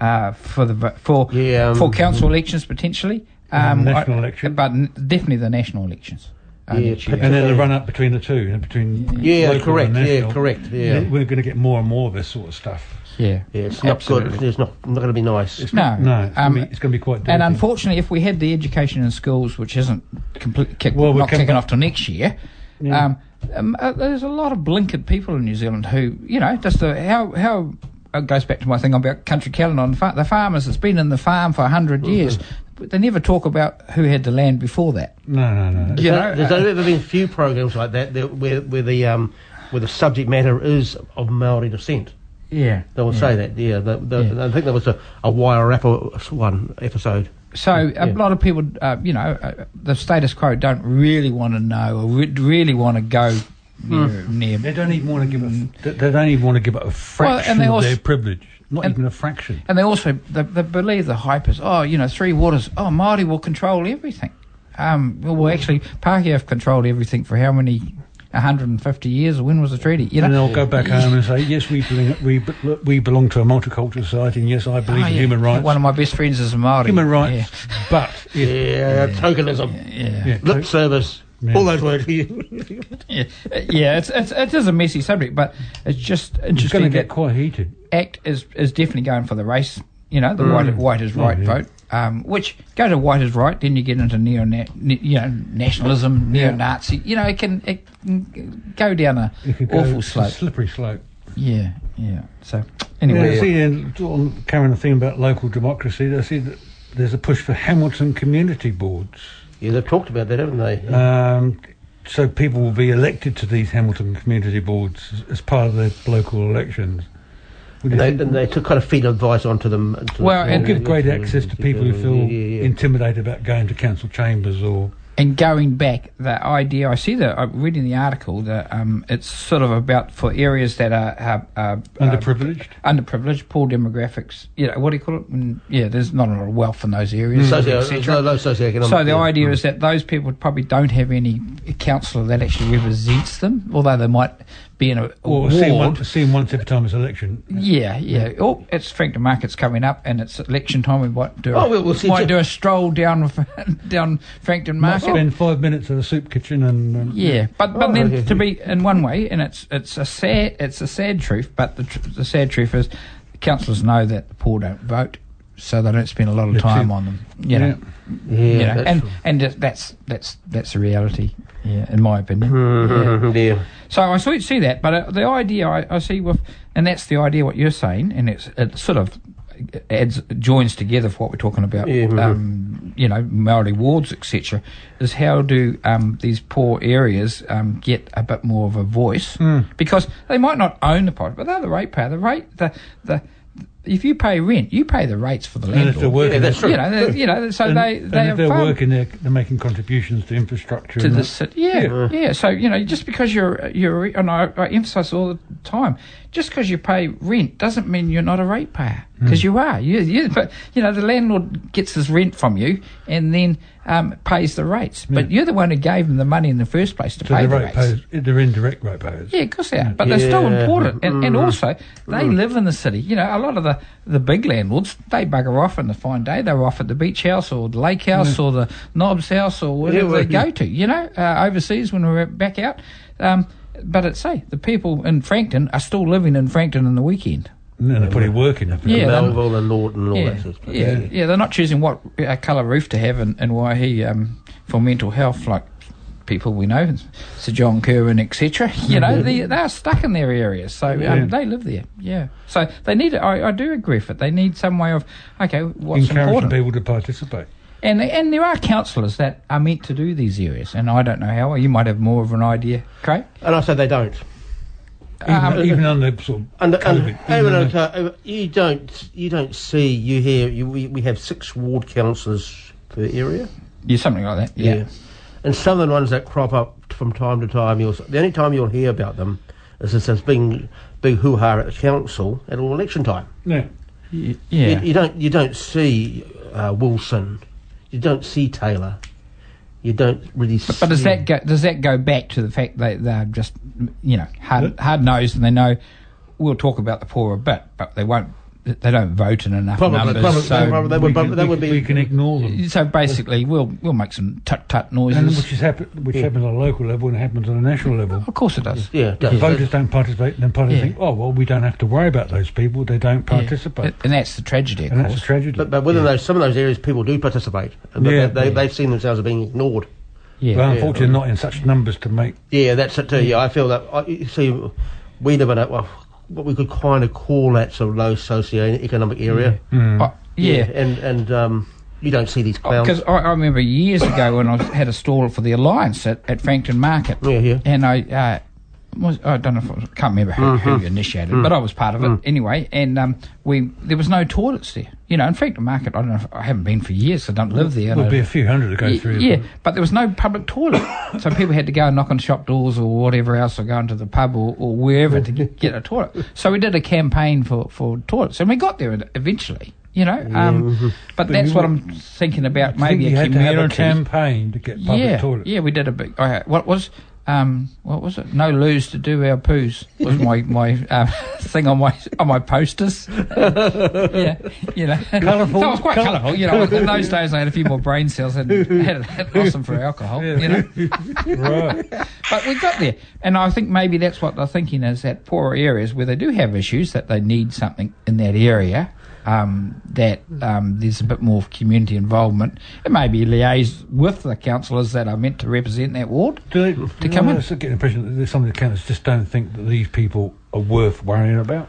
Speaker 4: uh, for the vo- for
Speaker 2: Yeah, um,
Speaker 4: for council elections potentially. Um,
Speaker 3: And national election.
Speaker 4: but n- definitely the national elections. uh,
Speaker 2: Yeah,
Speaker 4: next year.
Speaker 3: And then the run up between the two, between
Speaker 2: yeah,
Speaker 3: local
Speaker 2: correct.
Speaker 3: and
Speaker 2: Yeah,
Speaker 3: national.
Speaker 2: correct. Yeah,
Speaker 3: We're going to get more and more of this sort of stuff.
Speaker 4: yeah,
Speaker 2: yeah. It's not good.
Speaker 4: absolutely.
Speaker 2: It's not not going to be nice.
Speaker 4: No,
Speaker 3: No, it's
Speaker 4: um,
Speaker 3: going to be quite.
Speaker 4: and
Speaker 3: dirty.
Speaker 4: unfortunately, if we had the education in schools, which isn't complete, kick,
Speaker 3: Well, we'll
Speaker 4: not
Speaker 3: come
Speaker 4: kicking
Speaker 3: back-
Speaker 4: off till next year, um, um, uh, there's a lot of blinkered people in New Zealand who, you know, just the how how uh, it goes back to my thing about country calendar on the, far- the farmers. It's been in the farm for hundred years, but they never talk about who had the land before that.
Speaker 3: no, no, no.
Speaker 4: You
Speaker 2: There-
Speaker 4: know,
Speaker 2: there's
Speaker 4: uh,
Speaker 2: only ever been a few programs like that, that where where the um where the subject matter is of Maori descent.
Speaker 4: Yeah,
Speaker 2: They will say that. Yeah, the, the,
Speaker 4: Yeah.
Speaker 2: I think there was a, a Wire Rapper one episode.
Speaker 4: So a
Speaker 2: Yeah.
Speaker 4: lot of people, uh, you know, uh, the status quo don't really want to know or re- really want to go near, near.
Speaker 3: They don't even want to give up. Mm. They they don't even want to give up a fraction
Speaker 4: they
Speaker 3: of
Speaker 4: also-
Speaker 3: their privilege. Not
Speaker 4: and-
Speaker 3: even a fraction.
Speaker 4: And they also they, they believe the hype is oh you know three waters oh Māori will control everything. Um, well, well, actually Pākehā controlled everything for how many 150 years? or When was the treaty? You
Speaker 3: and
Speaker 4: know.
Speaker 3: they'll go back home and say, "Yes, we belong, we, be- we belong to a multicultural society, and yes, I
Speaker 4: Oh,
Speaker 3: believe in
Speaker 4: yeah.
Speaker 3: human rights,
Speaker 4: One of my best friends is a Māori.
Speaker 3: human rights." But if,
Speaker 2: Yeah, tokenism.
Speaker 4: Yeah. yeah.
Speaker 3: yeah,
Speaker 2: Lip service.
Speaker 3: Yeah.
Speaker 2: All those words.
Speaker 4: Yeah, yeah, it's, it's it is a messy subject, but it's just
Speaker 3: it's going to
Speaker 4: interesting
Speaker 3: get
Speaker 4: that
Speaker 3: quite heated.
Speaker 4: ACT is is definitely going for the race. You know, the white white is
Speaker 3: Oh,
Speaker 4: right
Speaker 3: yeah.
Speaker 4: vote, um, which go to white is right, then you get into neo na- ne- you know nationalism,
Speaker 3: Yeah.
Speaker 4: neo Nazi. You know, it can it can go down a
Speaker 3: It could go-
Speaker 4: awful
Speaker 3: it's a
Speaker 4: slope.
Speaker 3: slippery slope.
Speaker 4: Yeah, yeah. So
Speaker 3: Yeah,
Speaker 4: anyway,
Speaker 3: see, and on carrying the theme about local democracy, I see that there's a push for Hamilton community boards.
Speaker 2: yeah, they've talked about that, haven't they?
Speaker 3: Um, so people will be elected to these Hamilton community boards as- as part of the local elections. Would you
Speaker 2: And they,
Speaker 3: think-
Speaker 2: and they took kind of feed advice onto them. onto the-
Speaker 4: Well, and-
Speaker 3: It'll give great access to people who feel
Speaker 2: Yeah, yeah, yeah.
Speaker 3: intimidated about going to council chambers or
Speaker 4: and going back, the idea I see that I'm reading the article that um, it's sort of about for areas that are, are,
Speaker 2: Uh,
Speaker 4: are are-
Speaker 3: underprivileged.
Speaker 4: underprivileged, poor demographics. You know, what do you call it? Mm, yeah, there's not a lot of wealth in those areas.
Speaker 3: Mm.
Speaker 2: Socio-
Speaker 4: et
Speaker 2: no,
Speaker 4: cetera.
Speaker 2: no, socioeconomic.
Speaker 4: so the
Speaker 2: yeah.
Speaker 4: idea is that those people probably don't have any counsellor that actually represents them, although they might be in a, a
Speaker 3: Or
Speaker 4: ward.
Speaker 3: seeing one, seeing once every time it's election.
Speaker 4: Yeah, yeah. Oh, it's Frank the Market's coming up, and it's election time. We might do.
Speaker 2: Oh,
Speaker 4: a,
Speaker 2: we'll- we'll see
Speaker 4: might
Speaker 2: Jeff-
Speaker 4: do a stroll down down Frankton
Speaker 3: Might
Speaker 4: Market.
Speaker 3: spend five minutes at a soup kitchen and um,
Speaker 4: Yeah, but but
Speaker 2: Oh,
Speaker 4: then
Speaker 2: okay.
Speaker 4: to be in one way, and it's it's a sad it's a sad truth. But the tr- the sad truth is, councillors know that the poor don't vote, so they don't spend a lot of
Speaker 3: That's
Speaker 4: time
Speaker 3: it.
Speaker 4: on them. You know,
Speaker 2: Yeah,
Speaker 4: you know,
Speaker 2: that's
Speaker 4: and
Speaker 2: true.
Speaker 4: and that- that's that's that's the reality. Yeah, in my opinion.
Speaker 3: Hmm.
Speaker 2: Mhm, yeah.
Speaker 4: So I see, see that, but uh, the idea I, I see with, and that's the idea what you're saying, and it's it sort of adds joins together for what we're talking about.
Speaker 2: Yeah,
Speaker 3: mm-hmm.
Speaker 2: mhm.
Speaker 4: Um, you know, Maori wards, etc. Is how do um, these poor areas um, get a bit more of a voice
Speaker 3: Hmm.
Speaker 4: because they might not own the property, but they're the ratepayer. The rate, the the if you pay rent, you pay the rates for the
Speaker 3: and if
Speaker 4: landlord.
Speaker 3: they're working,
Speaker 2: Yeah, that's
Speaker 3: they're-
Speaker 4: you know, they're- you know, so
Speaker 3: and,
Speaker 4: they
Speaker 3: and
Speaker 4: they
Speaker 3: if
Speaker 4: have
Speaker 3: they're
Speaker 4: farm-
Speaker 3: working, they're, they're making contributions to infrastructure.
Speaker 4: to
Speaker 3: and
Speaker 4: the
Speaker 3: that.
Speaker 4: city. Yeah,
Speaker 3: Yeah.
Speaker 4: yeah, So you know, just because you're you're, and I, I emphasise all the time, just because you pay rent doesn't mean you're not a ratepayer because you are. You, you, but you know, the landlord gets his rent from you and then um, pays the rates. But you're the one who gave them the money in the first place to
Speaker 3: so
Speaker 4: pay
Speaker 3: they're
Speaker 4: the
Speaker 3: rate
Speaker 4: rates.
Speaker 3: payers, they're indirect rate payers.
Speaker 4: Yeah, of course they are. But they're still
Speaker 2: Yeah. Mm.
Speaker 4: important. And, and also, they live in the city. You know, a lot of the, the big landlords, they bugger off on the fine day. They're off at the beach house or the lake house or the knobs house or wherever
Speaker 2: Mm. well,
Speaker 4: they go to, you know, uh, overseas when we're back out. Um, but it's, say, the people in Frankton are still living in Frankton on the weekend.
Speaker 3: And they're probably working. up in-
Speaker 4: Yeah, they're-
Speaker 2: Melville and Norton and all
Speaker 4: Yeah,
Speaker 2: that sort of stuff.
Speaker 4: yeah, yeah, they're not choosing what uh, colour roof to have and, and why he, um, for mental health, like people we know, Sir John Kerwin, etc. You know, they, they are stuck in their areas, so um,
Speaker 3: Yeah.
Speaker 4: they live there. Yeah, so they need. I, I do agree with it. They need some way of okay, what's
Speaker 3: encouraging
Speaker 4: important,
Speaker 3: people to participate.
Speaker 4: and and there are counsellors that are meant to do these areas, and I don't know how. You might have more of an idea, Craig.
Speaker 2: And I say they don't.
Speaker 3: Even,
Speaker 4: Um,
Speaker 3: even under sort of
Speaker 2: And, and
Speaker 3: COVID,
Speaker 2: hang
Speaker 3: even
Speaker 2: on,
Speaker 3: under-
Speaker 2: okay, uh, you don't you don't see you hear you, we, we have six ward councillors per area.
Speaker 4: Yeah, something like that. Yeah,
Speaker 2: And some of the ones that crop up from time to time, you'll, the only time you'll hear about them is if there's been big hoo ha at the council at all election time.
Speaker 3: yeah.
Speaker 4: yeah, yeah.
Speaker 2: You, you don't you don't see uh, Wilson, you don't see Taylor, you don't really. see...
Speaker 4: But does that go, does that go back to the fact that they're just you know hard hard nosed and they know we'll talk about the poor a bit, but they won't they don't vote in enough
Speaker 2: Probably,
Speaker 4: numbers.
Speaker 2: probably,
Speaker 4: so,
Speaker 2: probably they
Speaker 3: we
Speaker 2: would,
Speaker 3: can-
Speaker 2: probably, they
Speaker 3: we-
Speaker 2: would be.
Speaker 3: we can ignore them.
Speaker 4: so basically we'll we'll make some tut tut
Speaker 3: And
Speaker 4: noises.
Speaker 3: which is happen, which happens on a local level and happens on a national level.
Speaker 4: of course it does.
Speaker 2: yeah,
Speaker 3: The Voters don't participate, and then parties
Speaker 4: Yeah.
Speaker 3: think, oh well, we don't have to worry about those people. They don't
Speaker 4: Yeah.
Speaker 3: participate,
Speaker 4: And that's the tragedy, of
Speaker 3: and that's
Speaker 4: course.
Speaker 3: a tragedy.
Speaker 2: But, but within those some of those areas, people do participate. And
Speaker 3: Yeah.
Speaker 2: they, they, they've seen themselves as being ignored.
Speaker 4: yeah.
Speaker 3: but unfortunately, not in such numbers to make.
Speaker 2: Yeah, that's it too. Yeah, I feel that. I, you see, we live in a well, what we could kind of call that sort of low socio-economic area.
Speaker 4: Oh, yeah. Oh,
Speaker 2: and and um, you don't see these clowns.
Speaker 4: Because I, I remember years ago when I was- had a stall for the Alliance at, at Frankton Market.
Speaker 2: Yeah, yeah.
Speaker 4: And I, uh, was I don't know if it was, I can't remember who,
Speaker 2: Mm-hmm.
Speaker 4: who initiated, it, but I was part of it
Speaker 2: Mm.
Speaker 4: anyway. And um, we there was no toilets there. You know, in fact, the market I don't know. If, I haven't been for years. I don't live there. and
Speaker 3: There'll
Speaker 4: I-
Speaker 3: be a few hundred to go
Speaker 4: Ye-
Speaker 3: through.
Speaker 4: Yeah, but there was no public toilet, so people had to go and knock on shop doors or whatever else, or go into the pub or, or wherever to get, get a toilet. So we did a campaign for, for toilets, and we got there e- eventually. You know, um, but,
Speaker 3: But
Speaker 4: that's
Speaker 3: you
Speaker 4: what
Speaker 3: were-
Speaker 4: I'm thinking
Speaker 3: I
Speaker 4: about.
Speaker 3: think
Speaker 4: Maybe
Speaker 3: you
Speaker 4: a
Speaker 3: had to have a
Speaker 4: community.
Speaker 3: campaign to get public
Speaker 4: yeah,
Speaker 3: toilets.
Speaker 4: yeah, we did a big. I, what was um, what was it? No lose to do our poos was my my um, thing on my on my posters. yeah, you know,
Speaker 3: Colourful,
Speaker 4: That was quite
Speaker 3: colour-
Speaker 4: colourful. You know, in those days I had a few more brain cells and had, it- had it awesome for alcohol. You know,
Speaker 3: right.
Speaker 4: but we got there, and I think maybe that's what they're thinking is that poorer areas where they do have issues that they need something in that area. Um, that um, there's a bit more community involvement. It may be liaised with the councillors that are meant to represent that ward.
Speaker 3: Do they, to
Speaker 4: come in.
Speaker 3: I get the impression that there's some of the accountants just don't think that these people are worth worrying about.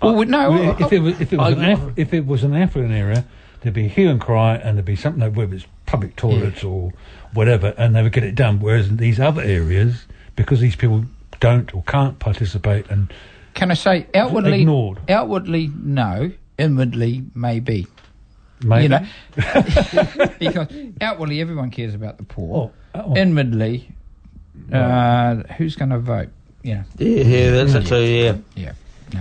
Speaker 4: Well, we, no,
Speaker 3: Well, if, it was, if, it was
Speaker 2: I-
Speaker 3: an aff- if it was an affluent area, there'd be hue and cry, and there'd be something like whether it's
Speaker 4: Hmm.
Speaker 3: public toilets or whatever, and they would get it done. Whereas in these other areas, because these people don't or can't participate, and
Speaker 4: can I say outwardly?
Speaker 3: Ignored.
Speaker 4: Outwardly, no. Inwardly, maybe.
Speaker 3: maybe
Speaker 4: You know, because outwardly everyone cares about the poor.
Speaker 3: Oh, oh.
Speaker 4: Inwardly, uh, who's going to vote? Yeah,
Speaker 2: Yeah, yeah, that's it too, yeah.
Speaker 4: yeah.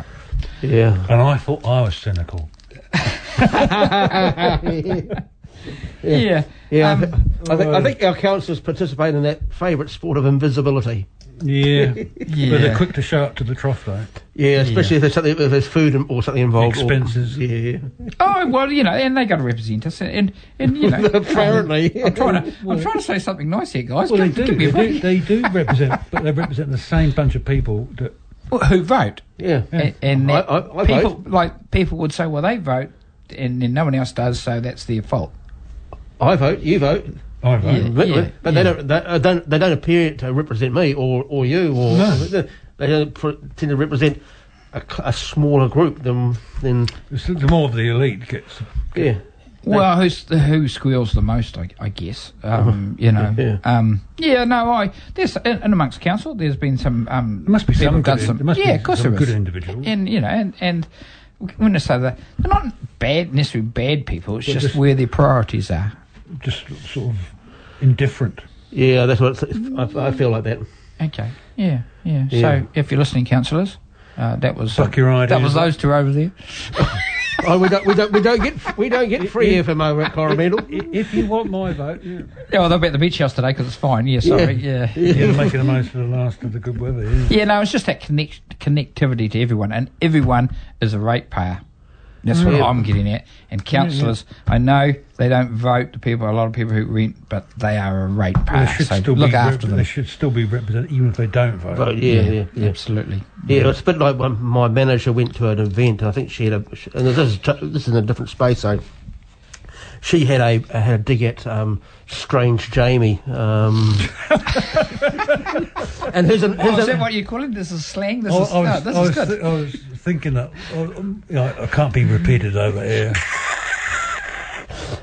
Speaker 2: Yeah.
Speaker 3: and I thought I was cynical.
Speaker 4: Yeah.
Speaker 2: Yeah,
Speaker 4: Um,
Speaker 2: I, th- I, think, I think our councillors participate in that favourite sport of invisibility.
Speaker 3: Yeah. but
Speaker 4: Yeah.
Speaker 3: they're quick to show up to the trough though.
Speaker 2: Yeah, especially if there's something, if there's food in- or something involved. or-
Speaker 3: Expenses.
Speaker 2: yeah,
Speaker 4: Oh well, you know, and they got to represent us, and and you know,
Speaker 2: apparently.
Speaker 4: I'm trying to I'm trying to say something nice here, guys.
Speaker 3: Well, they
Speaker 4: Give-
Speaker 3: do.
Speaker 4: give me
Speaker 3: They
Speaker 4: a
Speaker 3: do,
Speaker 4: break.
Speaker 3: they do represent, but they represent the same bunch of people that
Speaker 4: Who vote?
Speaker 2: yeah.
Speaker 4: A- and
Speaker 2: I-
Speaker 4: that
Speaker 2: I- I
Speaker 4: people
Speaker 2: vote.
Speaker 4: like people would say, well, they vote, and then no one else does, so that's their fault.
Speaker 2: I vote, you vote,
Speaker 3: I vote.
Speaker 4: Yeah.
Speaker 2: but, but they don't. They, uh, don't. They don't appear to represent me or, or you or
Speaker 3: No.
Speaker 2: They, they don't pr- tend to represent a, cl- a smaller group than than
Speaker 3: It's the more of the elite gets.
Speaker 2: yeah.
Speaker 4: Well, who's the, who squeals the most? I, I guess.
Speaker 3: Uh-huh.
Speaker 4: Um, you know.
Speaker 2: Yeah.
Speaker 4: Um, yeah. No. I there's in, in amongst council. There's been some. Um,
Speaker 3: There must be
Speaker 4: people
Speaker 3: some
Speaker 4: done
Speaker 3: good, in- there must
Speaker 4: yeah,
Speaker 3: be
Speaker 4: of course
Speaker 3: some
Speaker 4: there is.
Speaker 3: good individuals.
Speaker 4: And you know, and and when I say that, they're not bad necessarily bad people. It's
Speaker 3: They're
Speaker 4: just
Speaker 3: just-
Speaker 4: where their priorities are.
Speaker 3: just sort of indifferent.
Speaker 2: Yeah, that's what it's, I, I feel like that.
Speaker 4: Okay. Yeah. Yeah.
Speaker 2: Yeah.
Speaker 4: So if you're listening, councillors, uh, that was
Speaker 3: Suck your
Speaker 4: that
Speaker 3: ideas
Speaker 4: was
Speaker 3: up.
Speaker 4: those two over there.
Speaker 2: oh, we don't, we don't, we don't get, we don't get free FM over at Coromandel.
Speaker 3: If you want my vote, you're
Speaker 4: Yeah. Well, they'll be at the beach house today because it's fine. Yeah. Sorry. Yeah. yeah.
Speaker 3: making the most of the last of the good weather. Yeah.
Speaker 4: no, it's just that connect- connectivity to everyone, and everyone is a ratepayer. That's what
Speaker 3: Mm.
Speaker 4: I'm getting at. And councillors, I know they don't vote. The people, a lot of people who rent, but they are a
Speaker 3: They
Speaker 4: ratepayer.
Speaker 3: should
Speaker 4: So
Speaker 3: still
Speaker 4: Ah, look
Speaker 3: be
Speaker 4: after
Speaker 3: rep-
Speaker 4: them.
Speaker 3: They should still be represented, even if they don't vote.
Speaker 2: But yeah, yeah, yeah. yeah.
Speaker 4: Absolutely.
Speaker 2: it's a bit like when my manager went to an event. I think she had a, she- and this is t- this is in a different space. So she had a had a dig at um, strange Jamie. Um, and here's an,
Speaker 4: Oh,
Speaker 2: here's
Speaker 4: is that
Speaker 2: an,
Speaker 4: what you call it? This is slang. This
Speaker 3: I, I
Speaker 4: is,
Speaker 3: was,
Speaker 4: no, this
Speaker 3: I,
Speaker 4: is
Speaker 3: was
Speaker 4: good.
Speaker 3: thi- I was thinking that oh, um, you know, I can't be repeated over here.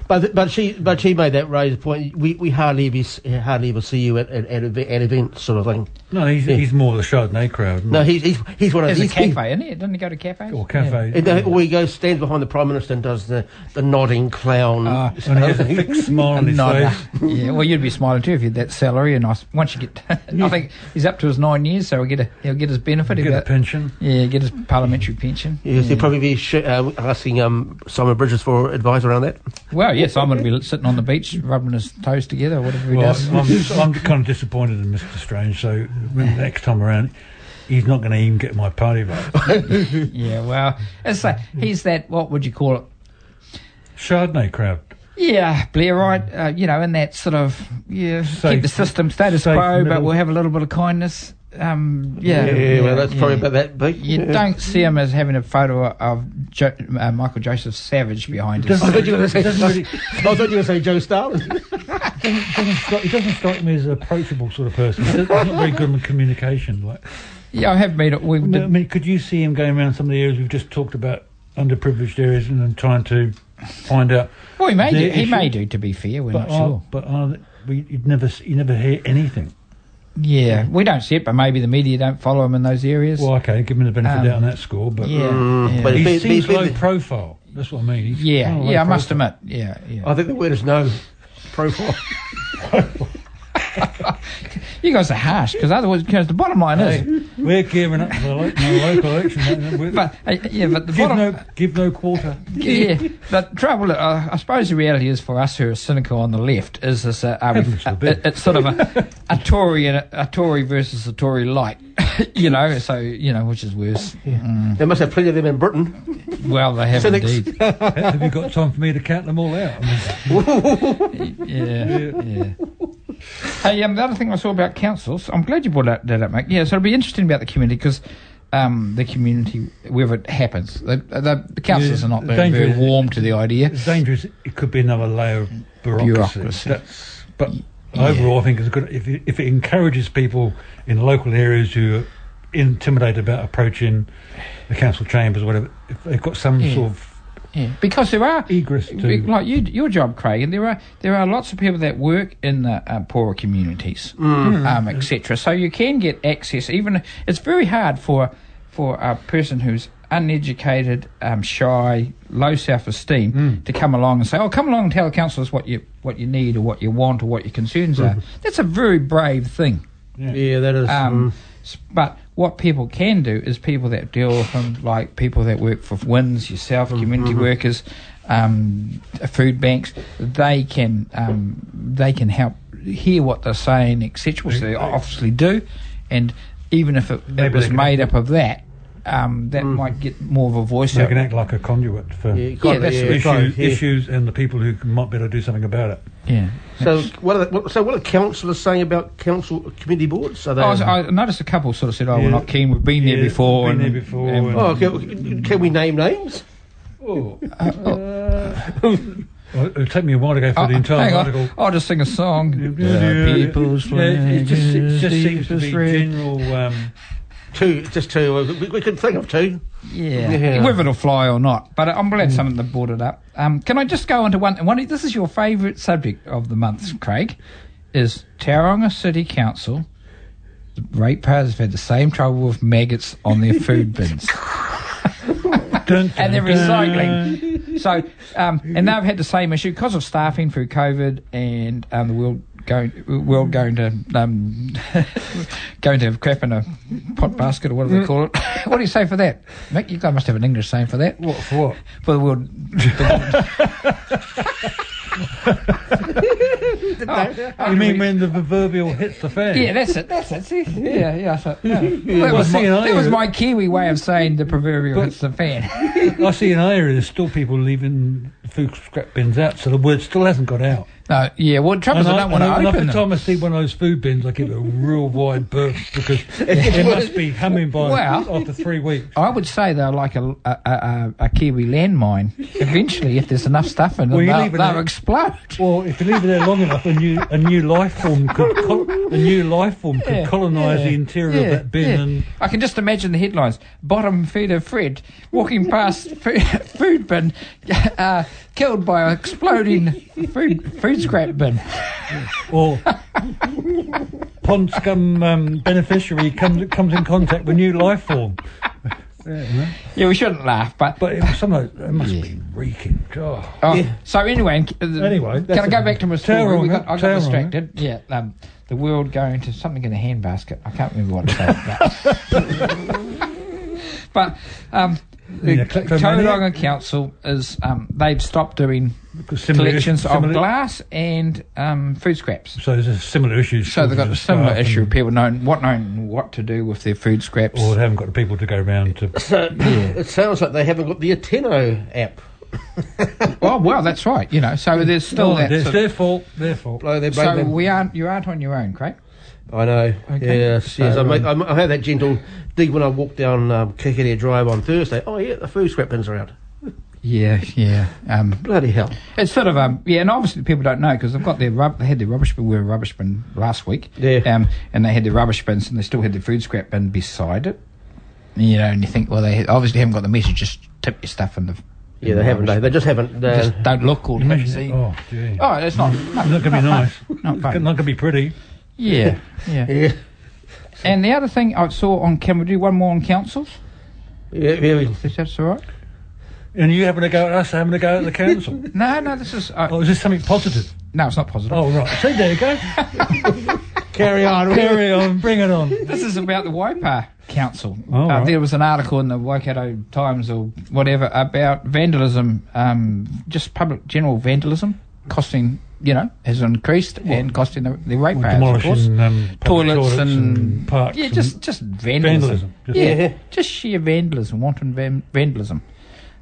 Speaker 2: but th- but she but she made that raise point. We we hardly ever s- hardly ever see you at at, at, eve- at events sort of thing.
Speaker 3: No, he's, he's more the Chardonnay crowd isn't
Speaker 2: No,
Speaker 3: he?
Speaker 2: he's he's, he's one of
Speaker 4: There's a
Speaker 2: these people.
Speaker 4: cafe, isn't it? Doesn't it go to cafes?
Speaker 3: or cafe.
Speaker 2: And then- Or he goes stands behind the prime minister and does the, the nodding clown.
Speaker 4: Ah.
Speaker 3: And he has a fixed smile on his
Speaker 4: Nodder.
Speaker 3: face.
Speaker 4: yeah, well, you'd be smiling too if you had that salary. And I s- once you get, I think he's up to his nine years, so he'll get a, he'll get his benefit.
Speaker 3: Get a
Speaker 4: about,
Speaker 3: pension.
Speaker 4: yeah, get his parliamentary pension.
Speaker 2: Yes, they'd probably be sh- uh, asking um, Simon Bridges for advice around that.
Speaker 4: Well, yes, I'm going to be sitting on the beach rubbing his toes together, whatever he
Speaker 3: Well,
Speaker 4: does.
Speaker 3: I'm, I'm kind of disappointed in Mr. Strange. So when next time around, he's not going to even get my party vote.
Speaker 4: Yeah, well, it's like he's that. What would you call it?
Speaker 3: Chardonnay crowd.
Speaker 4: Yeah, Blairite. Uh, you know, in that sort of yeah,
Speaker 3: Safe-
Speaker 4: keep the system status
Speaker 3: safe
Speaker 4: quo, but
Speaker 3: middle.
Speaker 4: we'll have a little bit of kindness. Um, yeah,
Speaker 2: Yeah, well, that's probably about that big.
Speaker 4: You don't see him as having a photo of jo- uh, Michael Joseph Savage behind us.
Speaker 3: Doesn't-
Speaker 2: I thought you were going to say,
Speaker 3: Doesn't really-
Speaker 2: I thought you were going to say Joe Starlin.
Speaker 3: doesn't strike, he doesn't strike me as an approachable sort of person. He's not very good in communication. Like,
Speaker 4: Yeah, I have made it. We
Speaker 3: I
Speaker 4: did,
Speaker 3: mean, could you see him going around some of the areas we've just talked about, underprivileged areas, and then trying to find out?
Speaker 4: well, he may
Speaker 3: the
Speaker 4: do. He
Speaker 3: issue-
Speaker 4: may do. To be fair, we're
Speaker 3: But
Speaker 4: not sure.
Speaker 3: are, but are, they- we, you'd never, s- you never hear anything.
Speaker 4: yeah, we don't see it, but maybe the media don't follow him in those areas.
Speaker 3: Well, okay, give him the
Speaker 4: Um,
Speaker 3: benefit of the doubt on that score, but
Speaker 4: yeah, yeah,
Speaker 2: but-
Speaker 3: he
Speaker 2: Be-
Speaker 3: Oh,
Speaker 2: be-
Speaker 3: seems
Speaker 2: be-
Speaker 3: low
Speaker 2: be-
Speaker 3: profile. That's what I mean. He's
Speaker 4: yeah,
Speaker 3: kinda low
Speaker 4: yeah, I must
Speaker 3: profile.
Speaker 4: admit, yeah, yeah.
Speaker 2: I think the word is no profile.
Speaker 4: you guys are harsh because otherwise, because the bottom line is,
Speaker 3: We're gearing up for the lo- no local election. mate. We're-
Speaker 4: but uh, yeah, but the
Speaker 3: give
Speaker 4: bottom,
Speaker 3: no, give no quarter.
Speaker 4: yeah, the trouble, uh, I suppose the reality is for us who are cynical on the left, is this, uh, are we,
Speaker 3: Heavens
Speaker 4: uh,
Speaker 3: forbid.
Speaker 4: it, it's sort of a, a Tory and a, a Tory versus a Tory light, you know, so, you know, which is worse. Mm.
Speaker 2: They must have plenty of them in Britain.
Speaker 4: Well, they have
Speaker 2: Cynics.
Speaker 4: indeed.
Speaker 3: Have you got time for me to count them all out? I mean,
Speaker 4: Yeah, yeah. Hey, um, the other thing I saw about councils, I'm glad you brought that, that up, Mike. Yeah, so it'll be interesting about the community because um, the community, wherever it happens, the, the, the councils
Speaker 3: Yeah,
Speaker 4: are not very,
Speaker 3: dangerous.
Speaker 4: very warm to the idea.
Speaker 3: it's dangerous. It could be another layer of bureaucracy.
Speaker 4: Bureaucracy.
Speaker 3: That's, but overall, I think it's good if it, if it encourages people in local areas who are intimidated about approaching the council chambers or whatever. If they've got some
Speaker 4: Yeah.
Speaker 3: sort of
Speaker 4: Yeah, because there are
Speaker 3: egress to
Speaker 4: like you, your job, Craig, and there are there are lots of people that work in the uh, poorer communities, um, etc. So you can get access. Even it's very hard for for a person who's uneducated, um, shy, low self-esteem to come along and say, "Oh, come along and tell the councillors what you what you need or what you want or what your concerns are." That's a very brave thing.
Speaker 2: Yeah, that is.
Speaker 3: Mm-hmm.
Speaker 2: mm.
Speaker 4: Um, s- But what people can do is people that deal with them, like people that work for WINS, yourself,
Speaker 3: Mm-hmm.
Speaker 4: community workers, um, food banks, they can um, they can help hear what they're saying, etc. Which they obviously do, and even if it, it
Speaker 3: Maybe
Speaker 4: was
Speaker 3: they can- Mm-hmm.
Speaker 4: made up of that, um, that might get more of a voice.
Speaker 3: they
Speaker 4: out.
Speaker 3: can act like a conduit for
Speaker 2: yeah, God,
Speaker 4: that's
Speaker 2: yeah,
Speaker 4: the
Speaker 3: issue,
Speaker 2: God, yeah.
Speaker 3: issues and the people who might be able to do something about it.
Speaker 4: Yeah.
Speaker 2: So what, are the, what, so what are councillors saying about council committee boards? Are they,
Speaker 4: I, was, Oh, I noticed a couple sort of said, "Oh,
Speaker 3: Yeah.
Speaker 4: we're not keen. We've been
Speaker 3: Yeah,
Speaker 4: there before."
Speaker 3: been
Speaker 4: and-
Speaker 3: there before
Speaker 4: and-
Speaker 3: and- Oh.
Speaker 2: oh, okay, can we name names?
Speaker 3: Well, it would take me a while to go through the
Speaker 4: Oh,
Speaker 3: entire
Speaker 4: hang on.
Speaker 3: article.
Speaker 4: I'll just sing a song.
Speaker 3: Yeah,
Speaker 4: people's
Speaker 3: yeah, it just, it
Speaker 4: flag
Speaker 3: just
Speaker 4: is
Speaker 3: seems to be
Speaker 4: red.
Speaker 3: general. Um,
Speaker 2: Two, just two. uh, We, we could think of two.
Speaker 4: Yeah.
Speaker 2: Yeah.
Speaker 4: whether it'll fly or not. But I'm
Speaker 3: Hmm.
Speaker 4: glad someone that brought it up. Um, can I just go on to one? one this is your favourite subject of the month, Craig, is Tauranga City Council. Ratepayers have had the same trouble with maggots on their food bins
Speaker 3: dun,
Speaker 4: and they're
Speaker 3: dun, dun.
Speaker 4: recycling. so, um, and they've had the same issue because of staffing through COVID and um, the world going world going to um, going to have crap in a pot basket or what do they call it? what do you say for that, Mick? You guys must have an English saying for that.
Speaker 3: Mm. What for what?
Speaker 4: For the world.
Speaker 3: You mean when the proverbial hits the fan?
Speaker 4: Oh, Yeah, that's it. That's it. See? Yeah, yeah. So, yeah. That,
Speaker 3: Well,
Speaker 4: was my,
Speaker 3: see, I-
Speaker 4: that was my Kiwi way of saying the proverbial hits the fan.
Speaker 3: I see in our area there's still people leaving food scrap bins out, so the word still hasn't got out.
Speaker 4: no, yeah. Well, the trouble is I don't want
Speaker 3: and
Speaker 4: to
Speaker 3: and
Speaker 4: open
Speaker 3: every
Speaker 4: them.
Speaker 3: time I see one of those food bins, I give it a real wide berth because it must be humming by
Speaker 4: Well-
Speaker 3: after three weeks.
Speaker 4: I would say they're like a, a, a, a kiwi landmine. Eventually, if there's enough stuff in them,
Speaker 3: Well, you
Speaker 4: they'll,
Speaker 3: leave it
Speaker 4: they'll
Speaker 3: in-
Speaker 4: explode.
Speaker 3: Well, if you leave it there long enough, a new a new life form could col- a new life form could
Speaker 4: Yeah,
Speaker 3: colonise the interior of
Speaker 4: Yeah,
Speaker 3: that bin,
Speaker 4: yeah.
Speaker 3: and
Speaker 4: I can just imagine the headlines: bottom feeder Fred walking past fo- food bin, uh, killed by an exploding food food scrap bin.
Speaker 3: or pond scum um, beneficiary comes comes in contact with new life form.
Speaker 4: Yeah, we shouldn't laugh, but,
Speaker 3: But it, some of it must be reeking. God.
Speaker 4: oh, so anyway. uh, the-
Speaker 3: Anyway,
Speaker 4: can
Speaker 3: that's
Speaker 4: I go
Speaker 3: a-
Speaker 4: back to my
Speaker 3: tear
Speaker 4: story?
Speaker 3: on
Speaker 4: We
Speaker 3: it,
Speaker 4: got, I
Speaker 3: tear
Speaker 4: got
Speaker 3: on it.
Speaker 4: distracted. Yeah, um, the world going to something in a handbasket. I can't remember what it was. but- But um, the
Speaker 3: Yeah, kleptomania.
Speaker 4: Tauranga Council is um, they've stopped doing
Speaker 3: Similar-
Speaker 4: collections
Speaker 3: similar-
Speaker 4: of glass and um, food scraps.
Speaker 3: So there's a similar issue.
Speaker 4: So they've got a similar issue of people knowing what knowing what to do with their food scraps.
Speaker 3: Or they haven't got the people to go round to.
Speaker 2: So it sounds like they haven't got the Ateno app.
Speaker 4: oh well, that's right. You know, so there's still
Speaker 3: Oh,
Speaker 4: that.
Speaker 3: it's
Speaker 4: sort
Speaker 3: their fault. Their fault.
Speaker 2: Blow their
Speaker 4: of-
Speaker 2: brain
Speaker 4: so
Speaker 2: in.
Speaker 4: we aren't you aren't on your own, Craig.
Speaker 2: I know.
Speaker 4: Okay. um,
Speaker 2: Yes, yes. I, make, I, I had that gentle dig when I walked down um, Kikere Drive on Thursday. Oh yeah, the food scrap bins are out.
Speaker 4: Yeah, yeah. Um,
Speaker 2: Bloody hell.
Speaker 4: It's sort of um yeah, and obviously people don't know because they've got their rub- they had their rubbish bin, we were a rubbish bin last week.
Speaker 2: Yeah.
Speaker 4: Um, and they had their rubbish bins and they still had their food scrap bin beside it. You know, and you think, well, they obviously haven't got the message. Just tip your stuff in the.
Speaker 2: Yeah, they haven't. They, they just haven't. Uh,
Speaker 4: Just don't look or don't see.
Speaker 3: Oh, gee.
Speaker 4: Oh, it's not. No,
Speaker 3: It's not going to be nice.
Speaker 4: not
Speaker 3: it's
Speaker 4: fun.
Speaker 3: not going to be pretty.
Speaker 4: Yeah, yeah.
Speaker 2: Yeah.
Speaker 4: And the other thing I saw on, can we do one more on councils?
Speaker 2: Yeah, yeah, we-
Speaker 4: If that's all right.
Speaker 3: And you having a go at us having a go at the council.
Speaker 4: No, no, this is, uh,
Speaker 3: oh, is this something positive?
Speaker 4: no, it's not positive.
Speaker 3: Oh, right. See, there you go.
Speaker 2: Carry on.
Speaker 3: Carry on. Bring it on.
Speaker 4: This is about the Waipa Council.
Speaker 3: Oh,
Speaker 4: uh,
Speaker 3: right.
Speaker 4: There was an article in the Waikato Times or whatever about vandalism, um, just public general vandalism, costing, you know, has increased and costing the, the ratepayers, of course.
Speaker 3: Demolishing um, public
Speaker 4: Toilets and-
Speaker 3: parks.
Speaker 4: Yeah,
Speaker 3: and-
Speaker 4: just, just vandalism.
Speaker 3: Vandalism, just-
Speaker 4: yeah,
Speaker 2: Yeah.
Speaker 4: just sheer vandalism, wanton van- vandalism.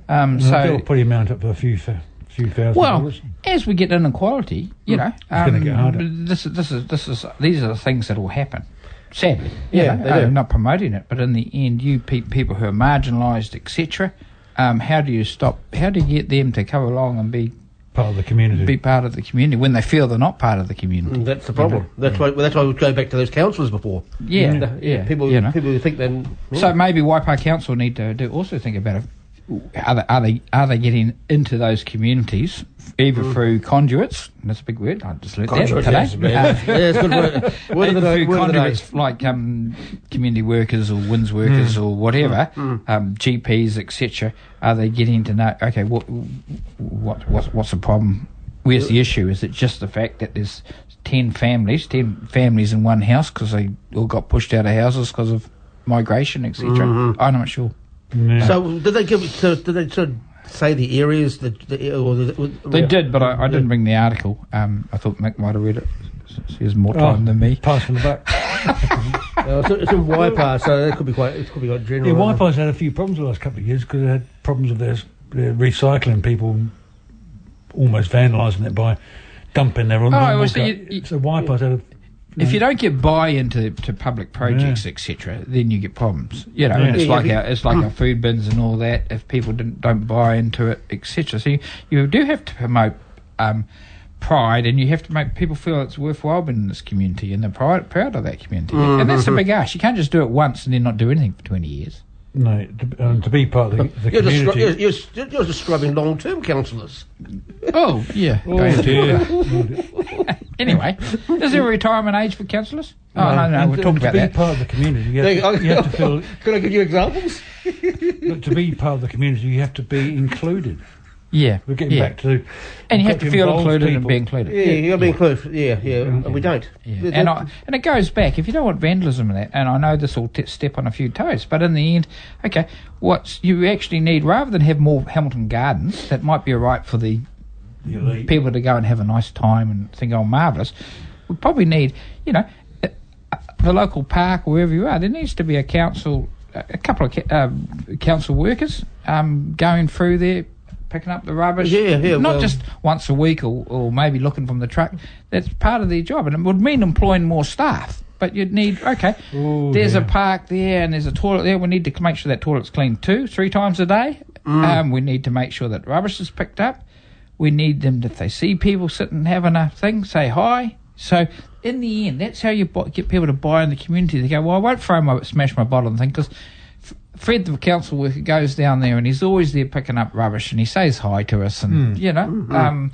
Speaker 4: Um,
Speaker 3: and they'll
Speaker 4: so,
Speaker 3: put him out up for a few, fa- few thousand
Speaker 4: well,
Speaker 3: dollars.
Speaker 4: as we get inequality, you know,
Speaker 3: gonna get harder.
Speaker 4: um, this, is- this is, this is, these are the things that will happen. Sadly, you
Speaker 2: Yeah,
Speaker 4: know,
Speaker 2: they do.
Speaker 4: I'm not promoting it, but in the end, you pe- people who are marginalised, etc. Um, how do you stop? How do you get them to come along and be
Speaker 3: Part of the community.
Speaker 4: be part of the community when they feel they're not part of the community?
Speaker 2: That's the problem. That's why. Well, that's why we go back to those councillors before.
Speaker 4: Yeah, yeah.
Speaker 2: People,
Speaker 4: you know.
Speaker 2: people who think then. hmm?
Speaker 4: So maybe Waipa Council need to do also think about it. Are they, are they are they getting into those communities either through conduits? That's a big word. I just learned
Speaker 5: Conduits,
Speaker 4: that
Speaker 5: yes,
Speaker 4: today.
Speaker 5: man.
Speaker 4: Uh,
Speaker 2: yeah, it's good word. Word of the
Speaker 4: either
Speaker 2: day.
Speaker 4: through
Speaker 2: Word of the day.
Speaker 4: conduits like um, community workers or WINS workers
Speaker 2: Hmm.
Speaker 4: or whatever, um, GPs etc. Are they getting to know? Okay, what what what's, what's the problem? Where's the issue? Is it just the fact that there's ten families, ten families in one house because they all got pushed out of houses because of migration, etc.
Speaker 2: Mm-hmm.
Speaker 4: I'm not sure.
Speaker 3: Yeah.
Speaker 2: So did they give? So did they sort of say the areas that? The, or the,
Speaker 4: They did, but I, I didn't bring the article. Um, I thought Mick might have read it. She has more
Speaker 3: Oh,
Speaker 4: time than me.
Speaker 3: Pass on the back.
Speaker 2: Uh, it's, it's in Waipa, so that could be quite. It could be quite general. uh,
Speaker 3: Yeah, Waipa's had a few problems the last couple of years because they had problems with their, their recycling people almost vandalising it by dumping their own.
Speaker 4: Oh,
Speaker 3: normal
Speaker 4: well, so
Speaker 3: gar-
Speaker 4: you- you-
Speaker 3: so Waipa's had a.
Speaker 4: If you don't get buy-in to, to public projects, etc., then you get problems. You know, and
Speaker 3: Yeah.
Speaker 4: it's
Speaker 2: Yeah,
Speaker 4: like
Speaker 2: yeah.
Speaker 4: our it's like our food bins and all that. If people didn't, don't buy into it, etc., so you, you do have to promote um, pride, and you have to make people feel it's worthwhile being in this community, and they're proud, proud of that community. And that's a big
Speaker 2: Mm-hmm.
Speaker 4: ask. You can't just do it once and then not do anything for twenty years.
Speaker 3: No, to, um, to be part of the, the
Speaker 2: You're, descri-
Speaker 3: community.
Speaker 2: you're, you're, s- you're describing long-term councillors.
Speaker 4: Oh yeah.
Speaker 3: Oh dear!
Speaker 4: Anyway, is there a retirement age for councillors? Oh no, no,
Speaker 3: And
Speaker 4: we'll
Speaker 3: to-
Speaker 4: talk
Speaker 3: to
Speaker 4: about
Speaker 3: be
Speaker 4: that.
Speaker 3: part of the community. You have, to, you have to feel
Speaker 2: Can I give you examples?
Speaker 3: look, to be part of the community. You have to be included.
Speaker 4: Yeah,
Speaker 3: We're getting
Speaker 4: yeah.
Speaker 3: back to
Speaker 4: and you have
Speaker 3: got
Speaker 4: to feel
Speaker 3: involve
Speaker 4: included and
Speaker 3: people.
Speaker 4: be included.
Speaker 2: Yeah, you got to be inclusive. Yeah, yeah, and we don't.
Speaker 4: Yeah.
Speaker 2: Th-
Speaker 4: And,
Speaker 2: that-
Speaker 4: I, and it goes back. If you don't want vandalism in that, and I know this will t- step on a few toes, but in the end, okay, what you actually need, rather than have more Hamilton Gardens, that might be all right for the
Speaker 3: the elite.
Speaker 4: people to go and have a nice time and think, oh, marvellous. We probably need, you know, uh, uh, the local park, wherever you are, there needs to be a council, a a couple of ca- um, council workers um, going through there, picking up the rubbish.
Speaker 2: Yeah, yeah,
Speaker 4: Not
Speaker 2: well-
Speaker 4: just once a week or, or maybe looking from the truck. That's part of their job, and it would mean employing more staff. But you'd need, okay,
Speaker 3: Ooh,
Speaker 4: there's a
Speaker 3: yeah.
Speaker 4: park there and there's a toilet there. We need to make sure that toilet's cleaned two, three times a day.
Speaker 3: Mm.
Speaker 4: Um, we need to make sure that rubbish is picked up. We need them to, if they see people sitting having a thing, say hi. So in the end, that's how you bu- get people to buy in the community. They go, well, I won't throw my smash my bottle and thing because. Fred, the council worker, goes down there and he's always there picking up rubbish and he says hi to us and you know, um,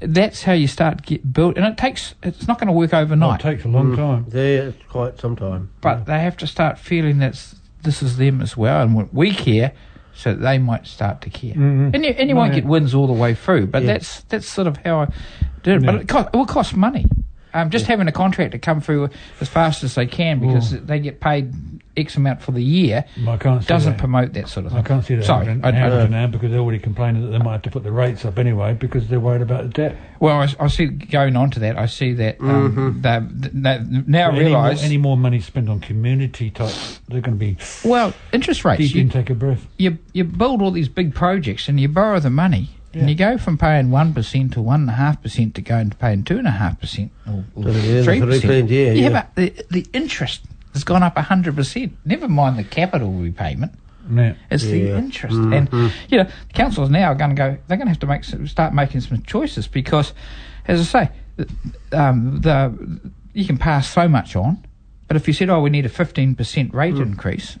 Speaker 4: that's how you start get built. And it takes, it's not going to work
Speaker 3: Oh, it
Speaker 4: overnight
Speaker 3: takes a
Speaker 2: Mm.
Speaker 3: long time.
Speaker 2: There, it's quite some time.
Speaker 4: but they have to start feeling that s- this is them as well, and what we care, so that they might start to care.
Speaker 3: Mm-hmm.
Speaker 4: And you, and you won't
Speaker 3: Yeah.
Speaker 4: get wins all the way through, but
Speaker 2: Yeah.
Speaker 4: that's that's sort of how I did it. But
Speaker 3: Yeah.
Speaker 4: it, co- it will cost money. Um, just having a contract to come through as fast as they can because they get paid X amount for the year
Speaker 3: I can't see
Speaker 4: doesn't
Speaker 3: that.
Speaker 4: promote that sort of thing.
Speaker 3: I can't see that
Speaker 4: Sorry,
Speaker 3: happening,
Speaker 4: I- I-
Speaker 3: happening now because they're already complaining that they might have to put the rates up anyway because they're worried about the debt.
Speaker 4: Well, I, s- I see going on to that. I see that um, they, they now
Speaker 3: Mm-hmm. Any more,
Speaker 4: realise.
Speaker 3: any more money spent on community type, they're going to be
Speaker 4: well, interest rates.
Speaker 3: deep
Speaker 4: you-
Speaker 3: in. Take a breath.
Speaker 4: you you build all these big projects and you borrow the money
Speaker 3: Yeah.
Speaker 4: and you go from paying one percent to one and a half percent to going to paying two and a half percent or
Speaker 2: Yeah,
Speaker 4: three percent.
Speaker 2: 3%, yeah, yeah.
Speaker 4: but the the interest has gone up hundred percent. Never mind the capital repayment.
Speaker 3: Yeah.
Speaker 4: It's
Speaker 2: Yeah.
Speaker 4: the interest, and you know, the councils now are going to go. They're going to have to make some, start making some choices because, as I say, th- um, the you can pass so much on, but if you said, "Oh, we need a fifteen percent rate increase,"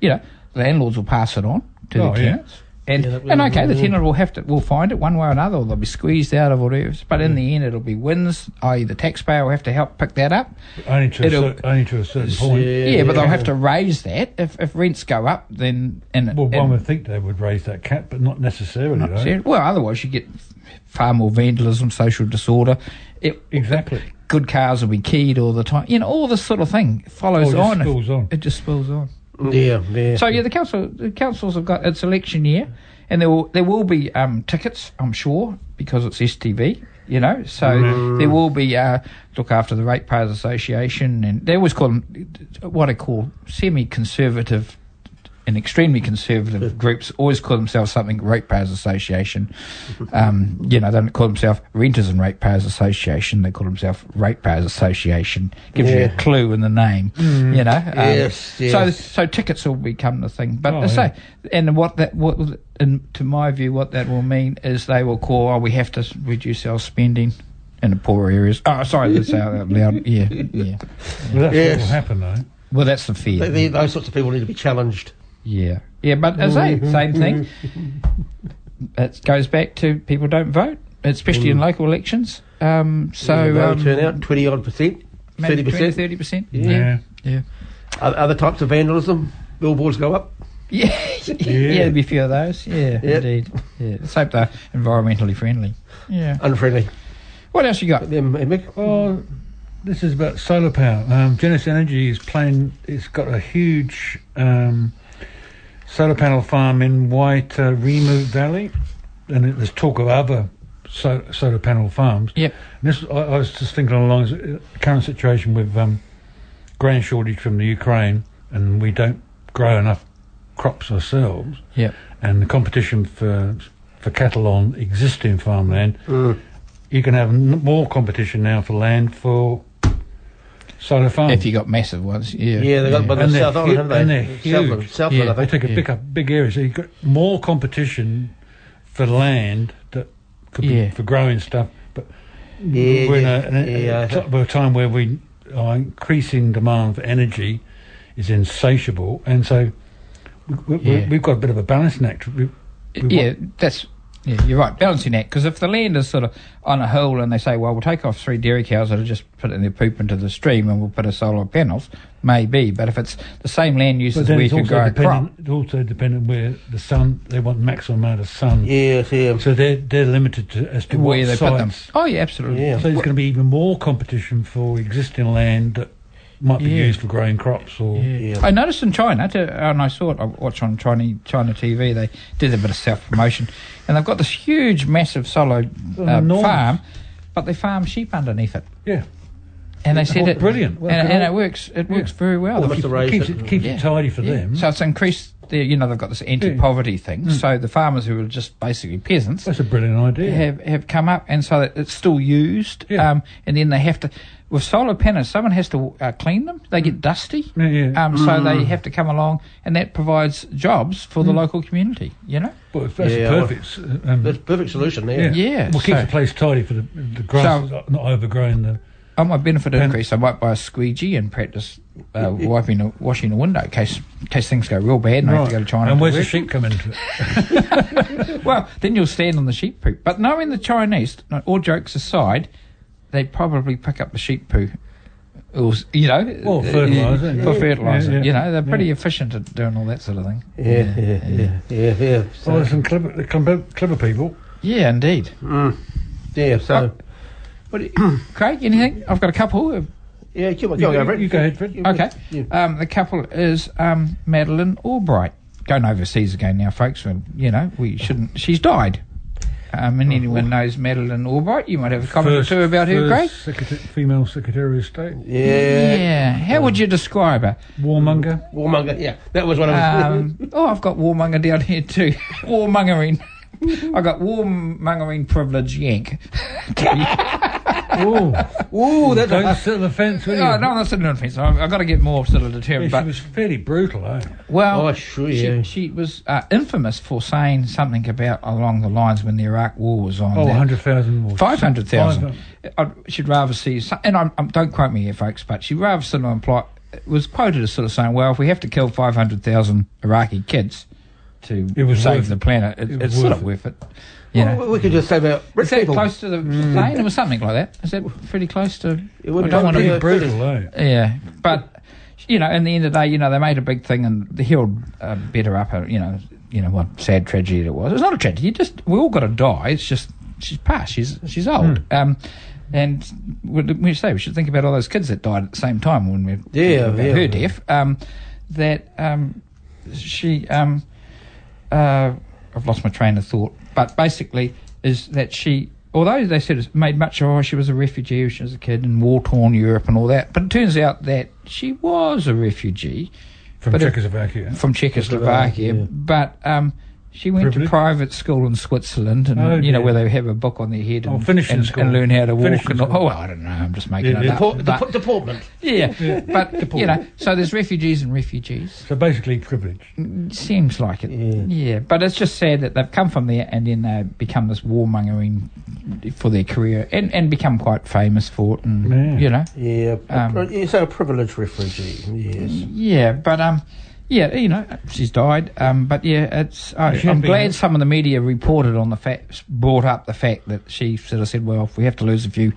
Speaker 4: you know, landlords will pass it on to
Speaker 3: Oh,
Speaker 4: the
Speaker 3: yeah.
Speaker 4: tenants, And,
Speaker 2: Yeah, that-
Speaker 4: and okay, the tenant will have to will find it one way or another, or they'll be squeezed out of whatever. But in the end, it'll be wins, i.e., the taxpayer will have to help pick that up.
Speaker 3: Only to, a
Speaker 4: It'll-
Speaker 3: cer- only to a certain point.
Speaker 2: Yeah,
Speaker 4: Yeah, but they'll have to raise that if, if rents go up. Then and
Speaker 3: Well, one
Speaker 4: and-
Speaker 3: would think they would raise that cap, but not necessarily,
Speaker 4: not
Speaker 3: though.
Speaker 4: serious. well, otherwise you get far more vandalism, social disorder. It,
Speaker 3: Exactly.
Speaker 4: good cars will be keyed all the time. You know, all this sort of thing
Speaker 3: Or
Speaker 4: follows
Speaker 3: Oh, just
Speaker 4: on. if-
Speaker 3: spills on.
Speaker 4: It just spills on.
Speaker 2: Yeah, yeah.
Speaker 4: So yeah, the council, the councils have got it's election year, and there will there will be um, tickets, I'm sure, because it's STV, you know. So
Speaker 2: Mm.
Speaker 4: there will be uh, look after the ratepayers association, and they always call them what I call semi-conservative and extremely conservative groups always call themselves something ratepayers association. Um, you know, they don't call themselves renters and ratepayers association. They call themselves ratepayers association. Gives you
Speaker 2: Yeah. Mm.
Speaker 4: a clue in the name. You know, um,
Speaker 2: Yes,
Speaker 4: So
Speaker 2: yes.
Speaker 4: so tickets will become the thing. But
Speaker 3: Oh,
Speaker 4: I say,
Speaker 3: yeah.
Speaker 4: and what that what and to my view, what that will mean is they will call, oh, we have to s- reduce our spending in the poor areas. Oh, sorry, that's out loud. Yeah, yeah.
Speaker 3: Well, that's
Speaker 2: Yes.
Speaker 3: what will happen, though.
Speaker 4: Well, that's the fear.
Speaker 2: They- they- those sorts of people need to be challenged.
Speaker 4: Yeah, yeah, but as I say, same thing. It goes back to people don't vote, especially
Speaker 3: Mm.
Speaker 4: in local elections. Um, so
Speaker 2: Low
Speaker 4: um,
Speaker 2: turnout, twenty odd percent, thirty percent.
Speaker 4: thirty percent.
Speaker 3: Yeah.
Speaker 4: Yeah, yeah,
Speaker 2: Other types of vandalism, billboards go up.
Speaker 4: yeah, yeah. There'll be a few of those. Yeah,
Speaker 2: Yep.
Speaker 4: indeed. Yeah, let's hope they're environmentally friendly. Yeah.
Speaker 2: Unfriendly.
Speaker 4: What else you got?
Speaker 2: Them, eh, Mick?
Speaker 3: Well, this is about solar power. Um, Genesis Energy is playing. It's got a huge um, solar panel farm in White uh, Remu Valley, and it, there's talk of other so, solar panel farms.
Speaker 4: Yep.
Speaker 3: And this, I, I was just thinking along the current situation with um, grain shortage from the Ukraine, and we don't grow enough crops ourselves,
Speaker 4: Yep.
Speaker 3: and the competition for for cattle on existing farmland
Speaker 2: Mm.
Speaker 3: you can have n- more competition now for land for solar farms.
Speaker 4: If you got massive ones, yeah.
Speaker 2: Yeah, they got by the
Speaker 3: And they're
Speaker 2: South Island,
Speaker 3: hu-
Speaker 2: haven't
Speaker 3: and
Speaker 2: they?
Speaker 3: they're
Speaker 2: Southland,
Speaker 3: huge.
Speaker 2: Southland,
Speaker 4: Yeah.
Speaker 2: I
Speaker 3: they
Speaker 2: think.
Speaker 3: take a big up big areas. So you've got more competition for land that could be
Speaker 4: Yeah.
Speaker 3: for growing stuff. But
Speaker 2: Yeah,
Speaker 3: we're
Speaker 2: yeah,
Speaker 3: in a, in a,
Speaker 2: yeah, I
Speaker 3: a
Speaker 2: think-
Speaker 3: ti- we're a time where we our increasing demand for energy is insatiable, and so we, we,
Speaker 4: Yeah.
Speaker 3: we've got a bit of a balancing act. We, we want-
Speaker 4: yeah, that's yeah, you're right. Balancing that because if the land is sort of on a hill and they say, well, we'll take off three dairy cows that are just putting their poop into the stream and we'll put a solar panels, maybe. But if it's the same land use
Speaker 3: but
Speaker 4: as
Speaker 3: then
Speaker 4: where you
Speaker 3: it's
Speaker 4: could
Speaker 3: also
Speaker 4: grow a crop,
Speaker 3: dependent. It's also dependent where the sun. They want maximum amount of sun.
Speaker 2: Yes, yeah.
Speaker 3: So they're they're limited to as to
Speaker 4: where
Speaker 3: what
Speaker 4: they put them.
Speaker 3: sites.
Speaker 4: Oh yeah, absolutely.
Speaker 2: Yeah.
Speaker 3: So there's going to be even more competition for existing land that might be
Speaker 4: Yeah.
Speaker 3: used for growing crops or
Speaker 2: Yeah.
Speaker 4: I noticed in China, to, and I saw it. I watch on China, China TV. They did a bit of self promotion, and they've got this huge, massive solar uh,
Speaker 3: Enormous.
Speaker 4: farm, but they farm sheep underneath it,
Speaker 3: yeah.
Speaker 4: and they said
Speaker 3: Oh,
Speaker 4: it
Speaker 3: brilliant. Well,
Speaker 4: and,
Speaker 3: good.
Speaker 4: and it works. It works very well.
Speaker 2: Well,
Speaker 4: If
Speaker 2: must
Speaker 4: you-
Speaker 2: have raised
Speaker 3: keeps
Speaker 2: it.
Speaker 3: it, keeps
Speaker 4: Yeah.
Speaker 3: it tidy for
Speaker 4: Yeah.
Speaker 3: them. Mm.
Speaker 4: So it's increased. The, you know, they've got this anti-poverty thing. So the farmers who are just basically peasants
Speaker 3: That's a brilliant idea.
Speaker 4: have have come up, and so that it's still used.
Speaker 3: Yeah.
Speaker 4: Um, and then they have to with solar panels. Someone has to uh, clean them. They get dusty.
Speaker 3: Yeah, yeah.
Speaker 4: Um, so they have to come along, and that provides jobs for
Speaker 3: Mm.
Speaker 4: the local community. You know.
Speaker 3: well, that's
Speaker 2: Yeah, well,
Speaker 3: perfect. um,
Speaker 2: That's a perfect solution there.
Speaker 4: yeah,
Speaker 3: Well, keeps
Speaker 4: so-
Speaker 3: the place tidy for the, the grass,
Speaker 4: So-
Speaker 3: is not overgrowing the.
Speaker 4: On my benefit
Speaker 3: And-
Speaker 4: increase, I might buy a squeegee and practice uh, wiping, the, washing the window in case, in case things go real bad and I have to go to China.
Speaker 3: and
Speaker 4: to
Speaker 3: where's the
Speaker 4: work.
Speaker 3: sheep come into it?
Speaker 4: Well, then you'll stand on the sheep poo. But knowing the Chinese, no, all jokes aside, they probably pick up the sheep poo. Or, s- you know,
Speaker 3: Or
Speaker 4: uh,
Speaker 3: fertiliser,
Speaker 4: For
Speaker 3: yeah.
Speaker 4: fertiliser.
Speaker 3: Yeah, yeah.
Speaker 4: You know, they're pretty
Speaker 3: Yeah.
Speaker 4: efficient at doing all that sort of thing.
Speaker 2: Yeah, yeah, yeah, yeah, yeah.
Speaker 3: Oh,
Speaker 2: So,
Speaker 3: there's some clever, clever, clever people.
Speaker 4: Yeah, indeed.
Speaker 2: yeah, so.
Speaker 3: uh,
Speaker 4: Oh.
Speaker 2: What do you,
Speaker 4: Craig, anything? I've got a couple. of-
Speaker 2: yeah, come on,
Speaker 3: You
Speaker 2: go
Speaker 3: go-
Speaker 2: over it.
Speaker 3: you go ahead, Fred.
Speaker 2: You-
Speaker 4: Okay.
Speaker 2: you-
Speaker 4: Um, the couple is um, Madeline Albright. Going overseas again now, folks. And, you know, we shouldn't. She's died. Um, and anyone knows Madeline Albright, you might have a comment
Speaker 3: First-
Speaker 4: or two about her,
Speaker 3: first
Speaker 4: Craig.
Speaker 3: secreta- female Secretary of State.
Speaker 2: Yeah.
Speaker 4: Yeah. How would you describe her?
Speaker 3: Warmonger.
Speaker 2: Warmonger, yeah. That was one of his.
Speaker 4: Um, oh, I've got warmonger down here too. Warmongering. I got warmongering privilege yank.
Speaker 3: Oh,
Speaker 2: Ooh, that's
Speaker 3: don't
Speaker 2: a.
Speaker 3: sit on the fence, will you?
Speaker 4: Oh, no, no, that's an offence. I've, I've got to get more sort of
Speaker 3: Yeah,
Speaker 4: determined.
Speaker 3: she
Speaker 4: but
Speaker 3: was fairly brutal, eh?
Speaker 4: well,
Speaker 2: Oh, sure,
Speaker 4: she,
Speaker 2: yeah.
Speaker 4: she was uh, infamous for saying something about along the lines when the Iraq War was on.
Speaker 3: Oh,
Speaker 4: that-
Speaker 3: 100,000 or
Speaker 4: 500,000.
Speaker 3: Five-
Speaker 4: I- She'd rather see, so- and I'm, I'm, don't quote me here, folks, but she'd rather sort of imply, was quoted as sort of saying, well, if we have to kill 500,000 Iraqi kids, to
Speaker 3: It was
Speaker 4: save
Speaker 3: worth
Speaker 4: the
Speaker 3: it.
Speaker 4: planet. It,
Speaker 3: It
Speaker 4: it's
Speaker 3: was
Speaker 4: sort
Speaker 3: worth
Speaker 4: of worth it. You know.
Speaker 2: Well, we could just say about rich
Speaker 4: Is that
Speaker 2: people.
Speaker 4: close to the
Speaker 3: Hmm.
Speaker 4: plane or something like that? Is that pretty close to?
Speaker 2: It would
Speaker 4: I
Speaker 2: be
Speaker 4: don't want
Speaker 2: pretty
Speaker 4: to.
Speaker 3: Pretty
Speaker 2: Yeah.
Speaker 3: brutal, eh?
Speaker 4: Yeah, but you know, in the end of the day, you know, they made a big thing and they held uh, better up. uh, You know, you know what sad tragedy it was. It's not a tragedy. You just we all got to die. It's just she's past. She's she's old. Um, and we- we should say we should think about all those kids that died at the same time when we
Speaker 2: Yeah,
Speaker 4: about
Speaker 2: yeah.
Speaker 4: her death. Um, that um, she um, uh, I've lost my train of thought, but basically is that she, although they said it's made much of, oh, she was a refugee, she was a kid in war-torn Europe and all that, but it turns out that she was a refugee
Speaker 3: From
Speaker 4: But if-
Speaker 3: Czechoslovakia.
Speaker 4: from Czechoslovakia,
Speaker 2: Yeah.
Speaker 4: but um, she went
Speaker 3: Privileged.
Speaker 4: to private school in Switzerland, and
Speaker 3: Oh,
Speaker 4: you know
Speaker 3: dear.
Speaker 4: where they have a book on their head
Speaker 3: Oh,
Speaker 4: and,
Speaker 3: finishing
Speaker 4: and,
Speaker 3: school.
Speaker 4: and learn how to walk.
Speaker 3: Finishing
Speaker 4: And, all-
Speaker 3: school.
Speaker 4: oh, I don't know, I'm just making
Speaker 3: Yeah,
Speaker 4: it
Speaker 3: yeah.
Speaker 4: up.
Speaker 2: Deport-
Speaker 4: but-
Speaker 2: deport- deportment.
Speaker 4: yeah,
Speaker 3: Yeah.
Speaker 4: but you know, so there's refugees and refugees.
Speaker 3: So basically, privilege.
Speaker 4: Seems like it.
Speaker 2: Yeah.
Speaker 4: but it's just sad that they've come from there and then they become this warmongering for their career and, and become quite famous for it. And
Speaker 3: Yeah.
Speaker 4: you know,
Speaker 2: Yeah,
Speaker 4: Um,
Speaker 2: a, you say a privileged refugee. Yes.
Speaker 4: yeah, but um, yeah, you know, she's died. Um, but yeah, it's I,
Speaker 3: She
Speaker 4: I'm
Speaker 3: had been-
Speaker 4: glad some of the media reported on the fact, brought up the fact that she sort of said, well, if we have to lose a few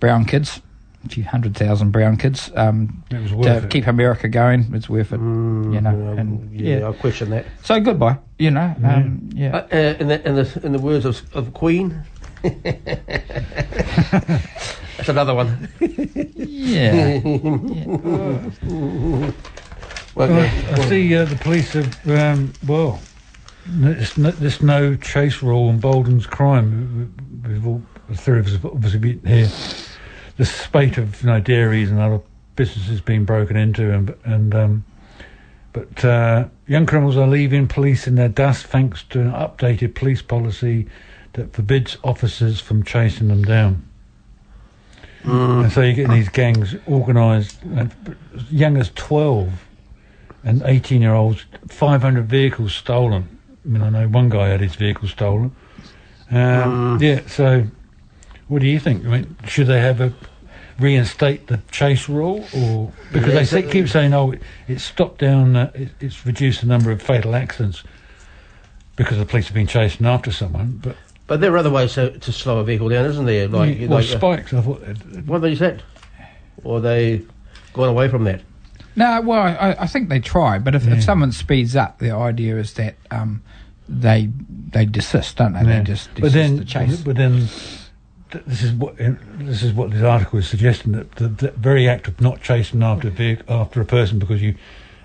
Speaker 4: brown kids, a few hundred thousand brown kids, um,
Speaker 3: It was worth
Speaker 4: to
Speaker 3: it.
Speaker 4: keep America going, it's worth it. Mm, you know,
Speaker 2: Um,
Speaker 4: and
Speaker 2: yeah,
Speaker 4: yeah.
Speaker 2: I question that.
Speaker 4: So goodbye, you know. Um, yeah.
Speaker 2: Uh, uh, in, the, in, the, in the words of, of Queen. That's another one.
Speaker 4: Yeah.
Speaker 2: Okay.
Speaker 3: I see uh, the police have, um, well, this, no- this no chase rule on Bolden's crime. We- We've all, the three of us have obviously been here. The spate of you know, dairies and other businesses being broken into, and and um, but uh, young criminals are leaving police in their dust thanks to an updated police policy that forbids officers from chasing them down. And so you're getting these gangs organised, and as young as 12 and 18 year olds, 500 vehicles stolen. I mean, I know one guy had his vehicle stolen.
Speaker 2: Ah.
Speaker 3: Um, Yeah, so what do you think? I mean, should they have a reinstate the chase rule, or because they say, keep saying, oh, it, it's stopped down, uh, it, it's reduced the number of fatal accidents because the police have been chasing after someone, but
Speaker 2: But there are other ways to, to slow a vehicle down, isn't there? Like,
Speaker 3: well,
Speaker 2: like uh,
Speaker 3: spikes. I thought it-
Speaker 2: what they said, or they gone away from that.
Speaker 4: no, well, I, I think they try, but if,
Speaker 3: Yeah.
Speaker 4: if someone speeds up, the idea is that um, they they desist, don't they?
Speaker 3: Yeah.
Speaker 4: They just desist
Speaker 3: but then,
Speaker 4: the chase.
Speaker 3: But then, th- this is what this is what this article is suggesting that the, the very act of not chasing after a vehicle, after a person because you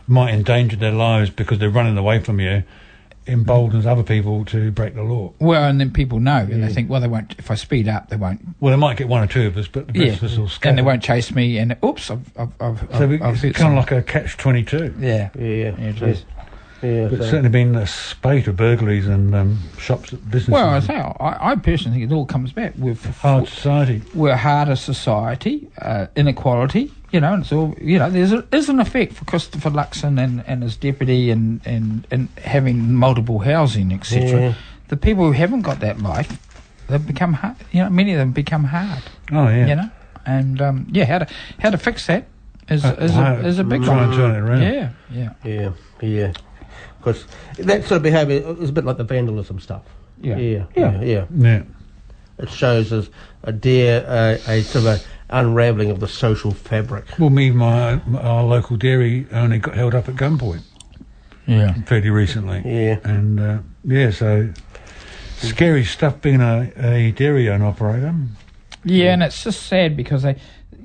Speaker 3: might endanger their lives because they're running away from you emboldens other people to break the law.
Speaker 4: well, and then people know, and
Speaker 2: Yeah.
Speaker 4: they think, well, they won't. If I speed up, they won't.
Speaker 3: Well, they might get one or two of us, but the
Speaker 4: Yeah,
Speaker 3: rest of us will scatter.
Speaker 4: and they won't chase me. And oops, I've I've I've,
Speaker 3: So
Speaker 4: I've,
Speaker 3: we,
Speaker 4: I've
Speaker 3: it's
Speaker 4: hurt
Speaker 3: kind
Speaker 4: someone.
Speaker 3: of like a catch twenty two.
Speaker 4: yeah,
Speaker 2: Yeah,
Speaker 4: Yeah, it
Speaker 2: yeah,
Speaker 4: is.
Speaker 2: yeah.
Speaker 3: But
Speaker 2: so-
Speaker 3: certainly been a spate of burglaries and um, shops, businesses.
Speaker 4: Well, I
Speaker 3: and
Speaker 4: say I, I personally think it all comes back with
Speaker 3: hard society.
Speaker 4: we're a harder society, uh, inequality, you know, and so, you know, there's a, is an effect for Christopher Luxon and, and his deputy and, and, and having multiple housing, etc.
Speaker 2: Yeah.
Speaker 4: The people who haven't got that life, they've become, hard, you know, many of them become hard,
Speaker 3: Oh yeah.
Speaker 4: you know, and um, yeah, how to, how to fix that is,
Speaker 3: Uh,
Speaker 4: is,
Speaker 3: how-
Speaker 4: a, is a big
Speaker 3: try and
Speaker 4: one.
Speaker 3: turn it around.
Speaker 4: Yeah, yeah,
Speaker 2: Yeah, yeah. Because that sort of behaviour is a bit like the vandalism stuff.
Speaker 4: yeah.
Speaker 2: yeah,
Speaker 4: Yeah.
Speaker 2: yeah. yeah.
Speaker 3: Yeah.
Speaker 2: It shows us a dear, uh, a sort of a unravelling of the social fabric.
Speaker 3: Well, me, and my our local dairy only got held up at gunpoint
Speaker 4: yeah.
Speaker 3: fairly recently.
Speaker 2: Yeah.
Speaker 3: And uh, yeah, so scary stuff being a, a dairy own operator.
Speaker 4: Yeah, and it's just sad because they,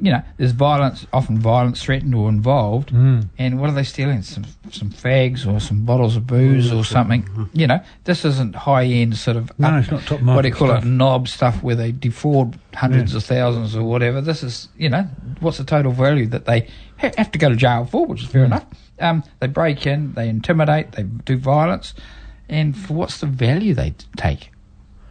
Speaker 4: you know, there's violence, often violence threatened or involved,
Speaker 3: Mm.
Speaker 4: and what are they stealing? Some some fags or some bottles of booze
Speaker 3: Oh,
Speaker 4: or something. You know, this isn't high end sort of
Speaker 3: Mm-hmm. No,
Speaker 4: up-
Speaker 3: it's not top market.
Speaker 4: what do you call
Speaker 3: stuff.
Speaker 4: it knob stuff where they defraud hundreds of thousands or whatever. This is you know what's the total value that they ha- have to go to jail for, which is fair enough. Um, they break in, they intimidate, they do violence, and for what's the value they t- take?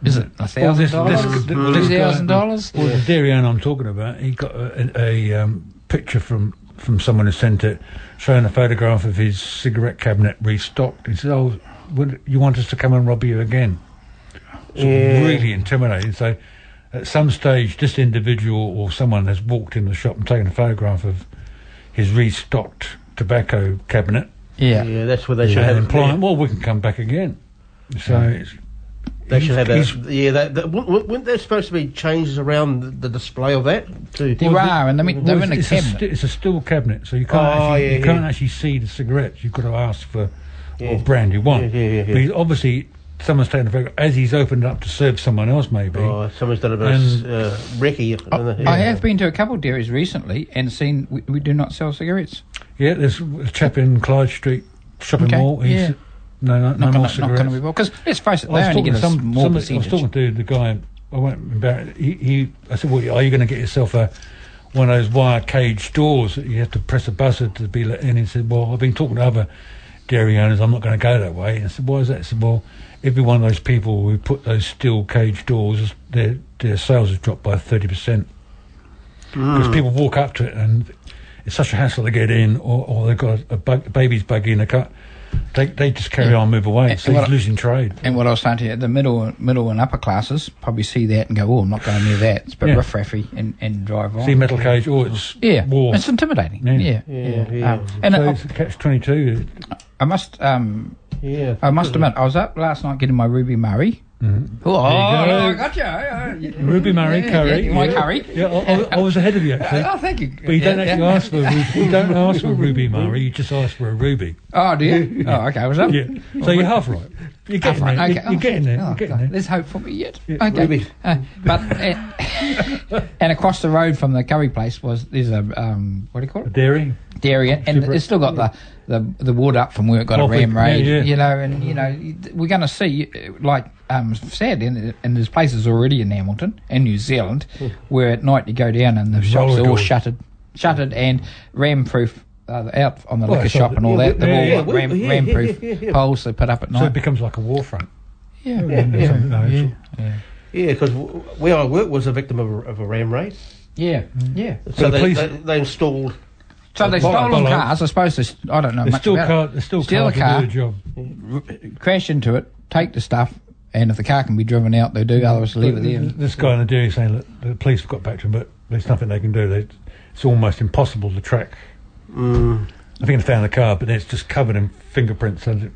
Speaker 4: Is it a
Speaker 3: Well,
Speaker 4: thousand dollars?
Speaker 3: well, this
Speaker 4: Two
Speaker 3: guy-
Speaker 4: thousand dollars?
Speaker 3: Well, the dairy owner I'm talking about, he got a, a, a um, picture from from someone who sent it, showing a photograph of his cigarette cabinet restocked. He said, "Oh, would, you want us to come and rob you again?" So
Speaker 2: Yeah.
Speaker 3: really intimidating. So, at some stage, this individual or someone has walked in the shop and taken a photograph of his restocked tobacco cabinet
Speaker 4: Yeah.
Speaker 2: Yeah, that's where they should
Speaker 3: and
Speaker 2: have
Speaker 3: employment. Well, we can come back again. So it's,
Speaker 2: They should have
Speaker 3: He's-
Speaker 2: that. Yeah, that, that, w- w- weren't there supposed to be changes around the, the display of that? To,
Speaker 4: There are, and they mean, they're
Speaker 3: well,
Speaker 4: in a
Speaker 3: it's, it's
Speaker 4: cabinet.
Speaker 3: sti- it's a steel cabinet, so you can't
Speaker 2: Oh,
Speaker 3: actually,
Speaker 2: yeah,
Speaker 3: you can't
Speaker 2: yeah.
Speaker 3: actually see the cigarettes. You've got to ask for
Speaker 2: Yeah.
Speaker 3: what brand you want.
Speaker 2: Yeah, yeah, yeah, yeah.
Speaker 3: But he's obviously, someone's taken a photo as he's opened up to serve someone else, maybe.
Speaker 2: Oh, someone's done a bit of
Speaker 3: And-
Speaker 2: uh, recce.
Speaker 3: Oh,
Speaker 2: yeah.
Speaker 4: I have been to a couple of dairies recently and seen we, we do not sell cigarettes.
Speaker 3: Yeah, there's a chap in Clyde Street shopping
Speaker 4: Okay,
Speaker 3: mall. He's,
Speaker 4: yeah.
Speaker 3: No, no, no
Speaker 4: Not going
Speaker 3: more
Speaker 4: not going to
Speaker 3: cigarettes.
Speaker 4: be well because let's face it,
Speaker 3: I
Speaker 4: they
Speaker 3: was
Speaker 4: only
Speaker 3: talking
Speaker 4: get a
Speaker 3: to some-
Speaker 4: small
Speaker 3: somebody- I was
Speaker 4: percentage.
Speaker 3: talking to the guy. I won't embarrass. He, he, I said, "Well, are you going to get yourself a one of those wire cage doors that you have to press a buzzer to be let in?" He said, "Well, I've been talking to other dairy owners. I'm not going to go that way." And I said, "Why is that?" He said, "Well, every one of those people who put those steel cage doors, their their sales have dropped by thirty percent because people walk up to it and." It's such a hassle to get in, or, or they've got a, bug, a baby's buggy in the car. They, they just carry on, move away.
Speaker 4: And
Speaker 3: So
Speaker 4: what
Speaker 3: he's
Speaker 4: I-
Speaker 3: losing trade.
Speaker 4: And what I was saying to you, the middle, middle and upper classes probably see that and go, "Oh, I'm not going near that." It's a bit
Speaker 3: Yeah.
Speaker 4: riffraffy and, and drive on.
Speaker 3: See metal cage. Oh, it's
Speaker 4: yeah,
Speaker 3: war.
Speaker 4: it's intimidating.
Speaker 3: Yeah.
Speaker 4: Yeah, yeah.
Speaker 2: Yeah, yeah.
Speaker 4: Um, and
Speaker 3: so
Speaker 4: I-
Speaker 3: it's catch twenty two.
Speaker 4: I must, um,
Speaker 2: yeah.
Speaker 4: I must admit, I was up last night getting my Ruby Murray. Oh,
Speaker 3: Mm-hmm. go.
Speaker 4: I got you. Oh, yeah.
Speaker 3: Ruby Murray
Speaker 4: Yeah,
Speaker 3: curry.
Speaker 4: yeah, my curry.
Speaker 3: Yeah, I, I, I was ahead of you actually.
Speaker 4: Oh, thank you.
Speaker 3: But you don't
Speaker 4: Yeah,
Speaker 3: actually
Speaker 4: yeah.
Speaker 3: ask for a ruby. You don't ask for a ruby, Murray. You just ask for a ruby.
Speaker 4: Oh, do you? Oh, okay. I was up.
Speaker 3: Yeah. So you're half right. You're getting
Speaker 4: Half
Speaker 3: there.
Speaker 4: right,
Speaker 3: You're-
Speaker 4: okay.
Speaker 3: You're getting there.
Speaker 4: Oh,
Speaker 3: You're getting
Speaker 4: God,
Speaker 3: there.
Speaker 4: There's hope for me yet.
Speaker 3: Yeah,
Speaker 4: okay.
Speaker 2: maybe.
Speaker 4: Uh, but uh, and across the road from the curry place was there's a um, what do you call
Speaker 3: A
Speaker 4: it?
Speaker 3: dairy.
Speaker 4: Dairy, and
Speaker 3: Super-
Speaker 4: it's still got the the the ward up from where it got
Speaker 3: Oh,
Speaker 4: a ram
Speaker 3: yeah,
Speaker 4: raid.
Speaker 3: yeah.
Speaker 4: You know, and you know you- we're going to see uh, like um sad and, and there's places already in Hamilton and New Zealand where at night you go down and the shops are all
Speaker 3: Hmm. doors.
Speaker 4: shuttered, shuttered and ram proof. Uh, out on the
Speaker 3: Well,
Speaker 4: liquor
Speaker 3: so
Speaker 4: shop
Speaker 3: the-
Speaker 4: and all
Speaker 3: yeah,
Speaker 4: that, they've
Speaker 3: yeah,
Speaker 4: all
Speaker 3: yeah,
Speaker 4: got ram,
Speaker 2: yeah,
Speaker 4: ram
Speaker 2: yeah,
Speaker 4: proof
Speaker 2: yeah, yeah.
Speaker 4: poles they put up at night.
Speaker 3: So it becomes like a war front.
Speaker 4: yeah,
Speaker 3: or something, no, it's-
Speaker 2: Yeah, because where I worked was a victim of a, of a ram raid.
Speaker 4: Yeah,
Speaker 3: Mm-hmm.
Speaker 4: yeah.
Speaker 2: So
Speaker 3: the
Speaker 2: they,
Speaker 3: police-
Speaker 2: they, they installed.
Speaker 4: So they
Speaker 2: Well,
Speaker 4: stolen
Speaker 3: well, I-
Speaker 4: cars. I suppose they, s- I don't know
Speaker 3: There's
Speaker 4: much
Speaker 3: still
Speaker 4: about
Speaker 3: car.
Speaker 4: it.
Speaker 3: There's still
Speaker 4: Steal a
Speaker 3: car to
Speaker 4: car.
Speaker 3: do the job.
Speaker 4: Crash into it, take the stuff, and if the car can be driven out, they do. Otherwise, leave it there. and-
Speaker 3: This guy in the dairy saying, "Look, the police have got back to him, but there's nothing they can do. They, it's almost impossible to track." I think they found the car, but it's just covered in fingerprints. So it-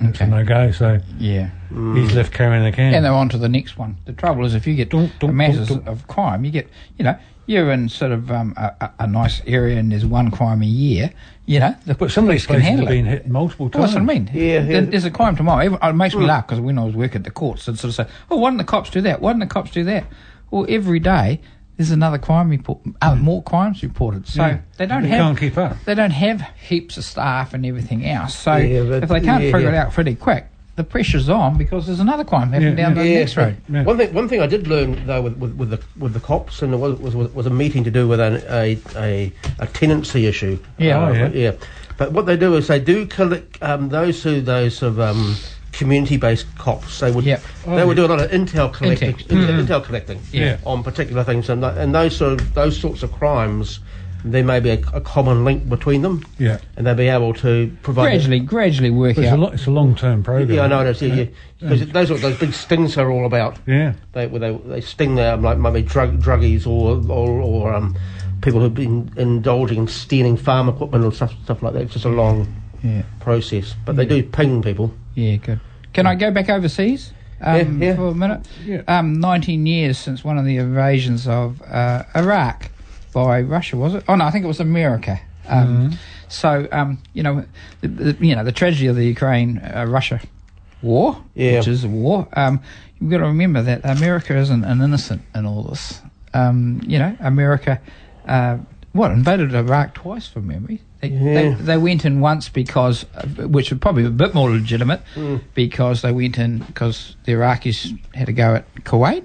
Speaker 3: it's a
Speaker 4: Okay.
Speaker 3: no go. So
Speaker 4: Yeah,
Speaker 3: he's left carrying a can.
Speaker 4: and they're on to the next one. The trouble is, if you get
Speaker 3: Dun, dun, dun,
Speaker 4: masses
Speaker 3: dun.
Speaker 4: of crime, you get, you know, you're in sort of um, a, a- a nice area, and there's one crime a year. You know, the
Speaker 3: but some of these
Speaker 4: police can
Speaker 3: places have
Speaker 4: handle it.
Speaker 3: been hit multiple
Speaker 4: Well,
Speaker 3: times.
Speaker 4: that's what I mean.
Speaker 2: Yeah, yeah.
Speaker 4: There- There's a crime tomorrow. Every- It makes me laugh because when I was working at the courts, they'd sort of say, "Oh, why didn't the cops do that? Why didn't the cops do that?" Well, every day there's another crime report, uh, more crimes reported. So
Speaker 3: Yeah.
Speaker 4: they don't
Speaker 3: They
Speaker 4: have
Speaker 3: can't keep up.
Speaker 4: They don't have heaps of staff and everything else. So
Speaker 2: Yeah, but-
Speaker 4: if they can't
Speaker 2: yeah,
Speaker 4: figure it
Speaker 2: yeah.
Speaker 4: out pretty quick, the pressure's on because there's another crime happening
Speaker 3: Yeah,
Speaker 4: down
Speaker 3: yeah.
Speaker 4: the next road.
Speaker 3: Yeah.
Speaker 2: One thing, one thing I did learn though with, with, with the with the cops, and it was was, was a meeting to do with an, a, a a tenancy issue.
Speaker 4: Yeah.
Speaker 2: Uh,
Speaker 3: Oh, yeah.
Speaker 2: But what they do is they do collect um, those who those of um, community-based cops. They would
Speaker 4: Yep.
Speaker 2: they would do
Speaker 3: Oh,
Speaker 2: a lot of intel collecting,
Speaker 4: Intel.
Speaker 2: intel, intel collecting
Speaker 3: Hmm. Yeah.
Speaker 2: on particular things, and tho- and those sort of those sorts of crimes, there may be a, a common link between them,
Speaker 3: Yeah.
Speaker 2: and they'll be able to provide
Speaker 4: Gradually, gradually work
Speaker 3: But it's
Speaker 4: out.
Speaker 3: a lot. It's a long term program.
Speaker 2: Yeah, I know. That's, yeah, yeah. 'Cause those are what those big stings are all about.
Speaker 3: Yeah.
Speaker 2: They well, they, they sting their um, like maybe drug druggies or or, or um, people who've been indulging in stealing farm equipment or stuff stuff like that. It's just a long
Speaker 4: yeah,
Speaker 2: process, but they
Speaker 4: Mm.
Speaker 2: do ping people.
Speaker 4: yeah, good. Can I go back overseas? Um,
Speaker 2: Yeah, yeah.
Speaker 4: For a minute,
Speaker 3: Yeah.
Speaker 4: um, 19 years since one of the invasions of uh, Iraq by Russia, was it? Oh no, I think it was America. Um,
Speaker 2: Mm-hmm.
Speaker 4: So um, you know, the, the, you know the tragedy of the Ukraine-Russia war,
Speaker 2: Yeah.
Speaker 4: which is a war. Um, you've got to remember that America isn't an innocent in all this. Um, you know, America, uh, what invaded Iraq twice from memory. They, they,
Speaker 2: Yeah.
Speaker 4: they went in once because, which was probably a bit more legitimate,
Speaker 2: Hmm.
Speaker 4: because they went in because the Iraqis had to go at Kuwait.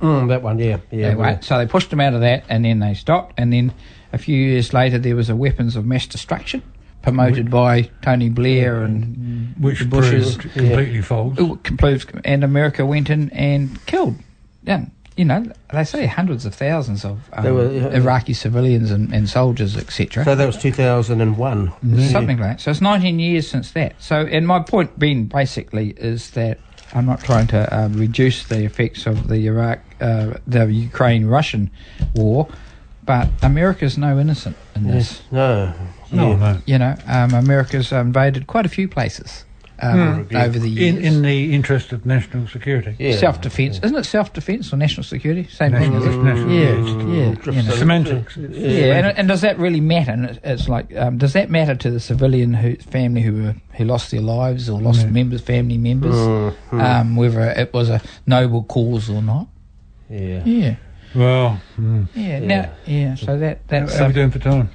Speaker 2: Mm, that one, yeah, yeah.
Speaker 4: They went- So they pushed them out of that, and then they stopped. And then a few years later, there was a weapons of mass destruction promoted by Tony Blair and
Speaker 2: Mm.
Speaker 3: Which
Speaker 4: Bushes.
Speaker 3: proves completely false.
Speaker 4: it proves- and America went in and killed. Yeah, you know they say hundreds of thousands of um,
Speaker 2: They were, yeah.
Speaker 4: Iraqi civilians and, and soldiers, etc.
Speaker 2: So that was two thousand and one.
Speaker 4: Something like that. So it's 19 years since that. So, and my point being basically is that I'm not trying to uh, reduce the effects of the Iraq, uh, the Ukraine Russian war, but America's no innocent in this.
Speaker 2: No,
Speaker 3: No, no.
Speaker 4: You know, um, America's invaded quite a few places um,
Speaker 3: Yeah.
Speaker 4: over the years.
Speaker 3: Hmm. In, in the interest of national security.
Speaker 2: Yeah.
Speaker 4: self defence, isn't it? Self defence or national security? Same
Speaker 3: National,
Speaker 4: thing.
Speaker 3: it's national
Speaker 4: Yeah,
Speaker 3: interest.
Speaker 4: yeah, you know.
Speaker 3: Semantics. It's
Speaker 4: yeah. And, and does that really matter? And it's, it's like, um, does that matter to the civilian who, family who were, who lost their lives or lost
Speaker 3: Mm.
Speaker 4: members, family members,
Speaker 2: Mhm.
Speaker 4: um, whether it was a noble cause or not?
Speaker 2: yeah.
Speaker 4: Yeah,
Speaker 3: Well, mm,
Speaker 4: yeah,
Speaker 2: Yeah.
Speaker 4: yeah. Now, yeah. So that that's
Speaker 3: how are we
Speaker 4: um,
Speaker 3: doing for time?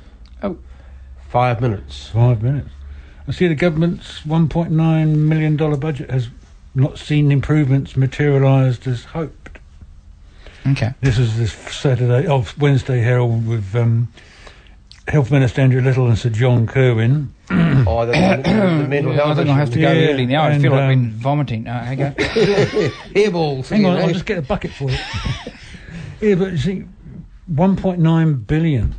Speaker 2: Five minutes.
Speaker 3: Five minutes. I see the government's $1.9 million budget has not seen improvements materialised as hoped.
Speaker 4: um, okay.
Speaker 3: This is this Saturday, oh, Wednesday Herald with um, Health Minister Andrew Little and Sir John Kerwin.
Speaker 2: Oh, the, the, the mental
Speaker 4: Well, Mm. I
Speaker 2: health.
Speaker 4: think I have to go
Speaker 3: Yeah,
Speaker 4: early now. I
Speaker 3: and,
Speaker 4: feel like I've
Speaker 3: um,
Speaker 4: been vomiting. No, hang on. Airballs.
Speaker 3: Hang on, I'll just get a bucket for you. yeah, but you see, 1.9 billion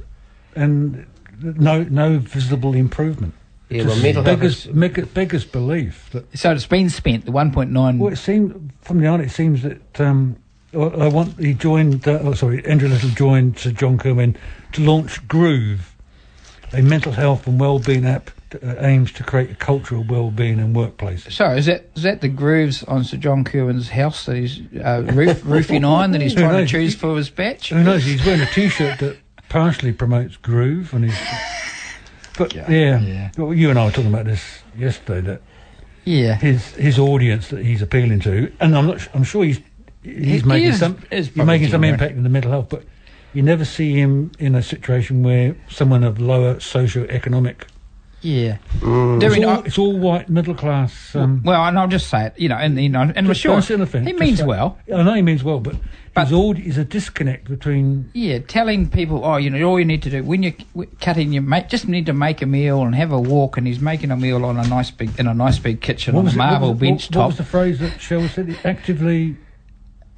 Speaker 3: and no no visible improvement.
Speaker 2: Yeah, well, mental health.
Speaker 3: beggars,
Speaker 2: Is,
Speaker 3: beggars, beggars belief that.
Speaker 4: So it's been spent. The one point nine.
Speaker 3: Well, it seemed from the art, it seems that um, well, I want he joined. Uh, oh, sorry, Andrew Little joined Sir John Kerwin to launch Groove, a mental health and well-being app that uh, aims to create a cultural well-being in workplaces.
Speaker 4: So is that is that the grooves on Sir John Kerwin's house that he's uh, roof, roofing iron that he's
Speaker 3: Who
Speaker 4: trying to
Speaker 3: knows?
Speaker 4: choose for his batch?
Speaker 3: Who knows? He's wearing a T-shirt that partially promotes groove, and he's. But yeah,
Speaker 4: Yeah, yeah.
Speaker 3: Well, you and I were talking about this yesterday. That
Speaker 4: Yeah,
Speaker 3: his his audience that he's appealing to, and I'm not. su- I'm sure he's
Speaker 4: He-
Speaker 3: he's
Speaker 4: he
Speaker 3: making
Speaker 4: is-
Speaker 3: some
Speaker 4: is
Speaker 3: he's making some
Speaker 4: probably
Speaker 3: impact in the mental health, but you never see him in a situation where someone of lower socio-economic.
Speaker 4: yeah.
Speaker 3: It's
Speaker 4: Doing
Speaker 3: all, it's all white middle class. Um,
Speaker 4: well, and I'll just say it. You know, and you know, and for
Speaker 3: just
Speaker 4: sure,
Speaker 3: don't say anything,
Speaker 4: he
Speaker 3: just
Speaker 4: means
Speaker 3: say-
Speaker 4: well.
Speaker 3: I know he means well, but,
Speaker 4: But-
Speaker 3: his aud- is a disconnect between.
Speaker 4: Yeah, telling people, oh, you know, all you need to do when you're c- cutting your mate, just need to make a meal and have a walk, and he's making a meal on a nice big in a nice big kitchen on a
Speaker 3: it-
Speaker 4: marble
Speaker 3: what,
Speaker 4: bench
Speaker 3: What
Speaker 4: top,
Speaker 3: was the phrase that Cheryl said? Actively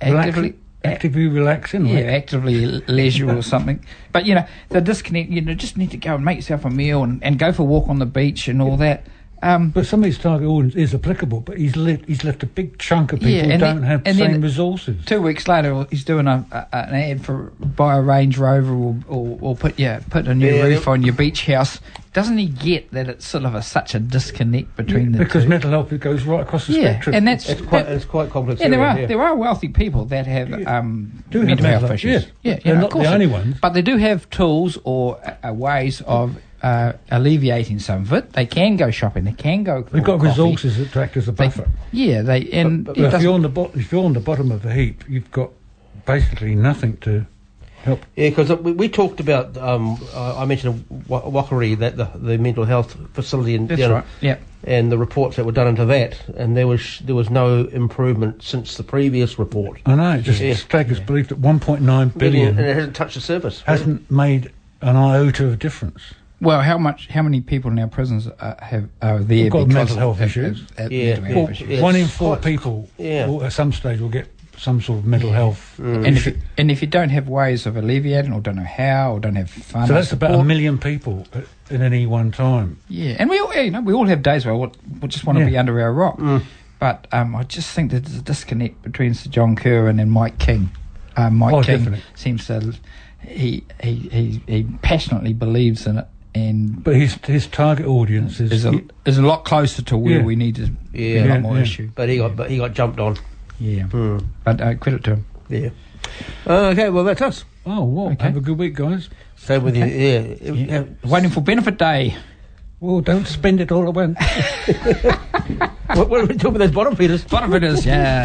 Speaker 4: actively.
Speaker 3: relaxing- actively relaxing.
Speaker 4: Yeah,
Speaker 3: like-
Speaker 4: actively l- leisure or something. But you know, the disconnect. You know, just need to go and make yourself a meal and, and go for a walk on the beach and all that. Um,
Speaker 3: But some of his target audience is applicable, but he's left, he's left a big chunk of people
Speaker 4: Yeah,
Speaker 3: who
Speaker 4: and
Speaker 3: don't
Speaker 4: then-
Speaker 3: have the
Speaker 4: and
Speaker 3: same
Speaker 4: then-
Speaker 3: resources.
Speaker 4: two weeks later, he's doing a, a an ad for buy a Range Rover or or, or put yeah put a new
Speaker 2: Yeah,
Speaker 4: roof
Speaker 2: yeah.
Speaker 4: on your beach house. Doesn't he get that it's sort of a such a disconnect between the
Speaker 3: because
Speaker 4: two?
Speaker 3: mental health it goes right across the
Speaker 4: yeah,
Speaker 3: spectrum.
Speaker 4: and that's
Speaker 2: it's quite.
Speaker 4: that-
Speaker 2: It's quite complex.
Speaker 4: yeah, there
Speaker 2: area,
Speaker 4: are
Speaker 2: yeah.
Speaker 4: there are wealthy people that have um,
Speaker 3: Do
Speaker 4: mental
Speaker 3: have mental
Speaker 4: health
Speaker 3: health,
Speaker 4: issues.
Speaker 3: yes.
Speaker 4: Yeah, yeah,
Speaker 3: They're
Speaker 4: of
Speaker 3: not the
Speaker 4: course they
Speaker 3: only
Speaker 4: do.
Speaker 3: ones.
Speaker 4: but they do have tools or uh, uh, ways of uh, alleviating some of it. They can go shopping. They can go.
Speaker 3: They've got
Speaker 4: for coffee.
Speaker 3: resources that act as a
Speaker 4: They-
Speaker 3: buffer.
Speaker 4: yeah, they and
Speaker 3: But
Speaker 4: it
Speaker 3: if
Speaker 4: doesn't-
Speaker 3: you're on the bo- if you're on the bottom of the heap, you've got basically nothing to help.
Speaker 2: Yeah, because we, we talked about. Um, I I mentioned Wa- Wakari, that the, the mental health facility, in,
Speaker 4: that's
Speaker 2: down-
Speaker 4: right. Yeah.
Speaker 2: and the reports that were done into that, and there was there was no improvement since the previous report.
Speaker 3: I know. It just
Speaker 2: Yeah.
Speaker 3: staggers belief that 1.9
Speaker 2: and
Speaker 4: uh,
Speaker 3: billion
Speaker 2: it hasn't touched the surface.
Speaker 3: hasn't made an iota of difference.
Speaker 4: Well, how much? How many people in our prisons are, have are there
Speaker 3: Got
Speaker 4: because
Speaker 3: mental
Speaker 4: of-
Speaker 3: health
Speaker 4: have-
Speaker 3: issues.
Speaker 4: have- have
Speaker 2: Yeah,
Speaker 4: mental
Speaker 2: yeah.
Speaker 4: health
Speaker 2: Well,
Speaker 4: issues.
Speaker 2: It's
Speaker 3: One in four
Speaker 2: quite-
Speaker 3: people,
Speaker 2: yeah.
Speaker 3: will, at some stage, will get some sort of mental health.
Speaker 4: Mm. And if you, and if you don't have ways of alleviating, or don't know how, or don't have fun,
Speaker 3: So
Speaker 4: or
Speaker 3: that's about a
Speaker 4: support-
Speaker 3: million people at, at any one time.
Speaker 4: Yeah, and we all you know we all have days where we we just want to
Speaker 3: Yeah.
Speaker 4: be under our rock.
Speaker 2: Mm.
Speaker 4: But um, I just think that there's a disconnect between Sir John Curran and Mike King. Um, Mike
Speaker 3: Oh,
Speaker 4: King
Speaker 3: definitely.
Speaker 4: seems to he he he, he passionately believes in it and.
Speaker 3: But his his target audience is,
Speaker 4: Is a, is a lot closer to where
Speaker 3: Yeah.
Speaker 4: we need to be
Speaker 2: Yeah. Mm.
Speaker 4: a
Speaker 3: Yeah,
Speaker 4: lot more
Speaker 3: yeah.
Speaker 4: issue.
Speaker 2: But he got but he got jumped on.
Speaker 4: Yeah. But uh, credit to him.
Speaker 2: Yeah. Uh, Okay, well that's us.
Speaker 3: oh, what?
Speaker 4: Okay.
Speaker 3: Have a good week, guys.
Speaker 2: Same with you. Yeah.
Speaker 4: Yeah. Waiting for benefit day.
Speaker 3: Well, don't spend it all at once.
Speaker 2: what, what are we talking about those bottom feeders?
Speaker 4: Benefit is, yeah.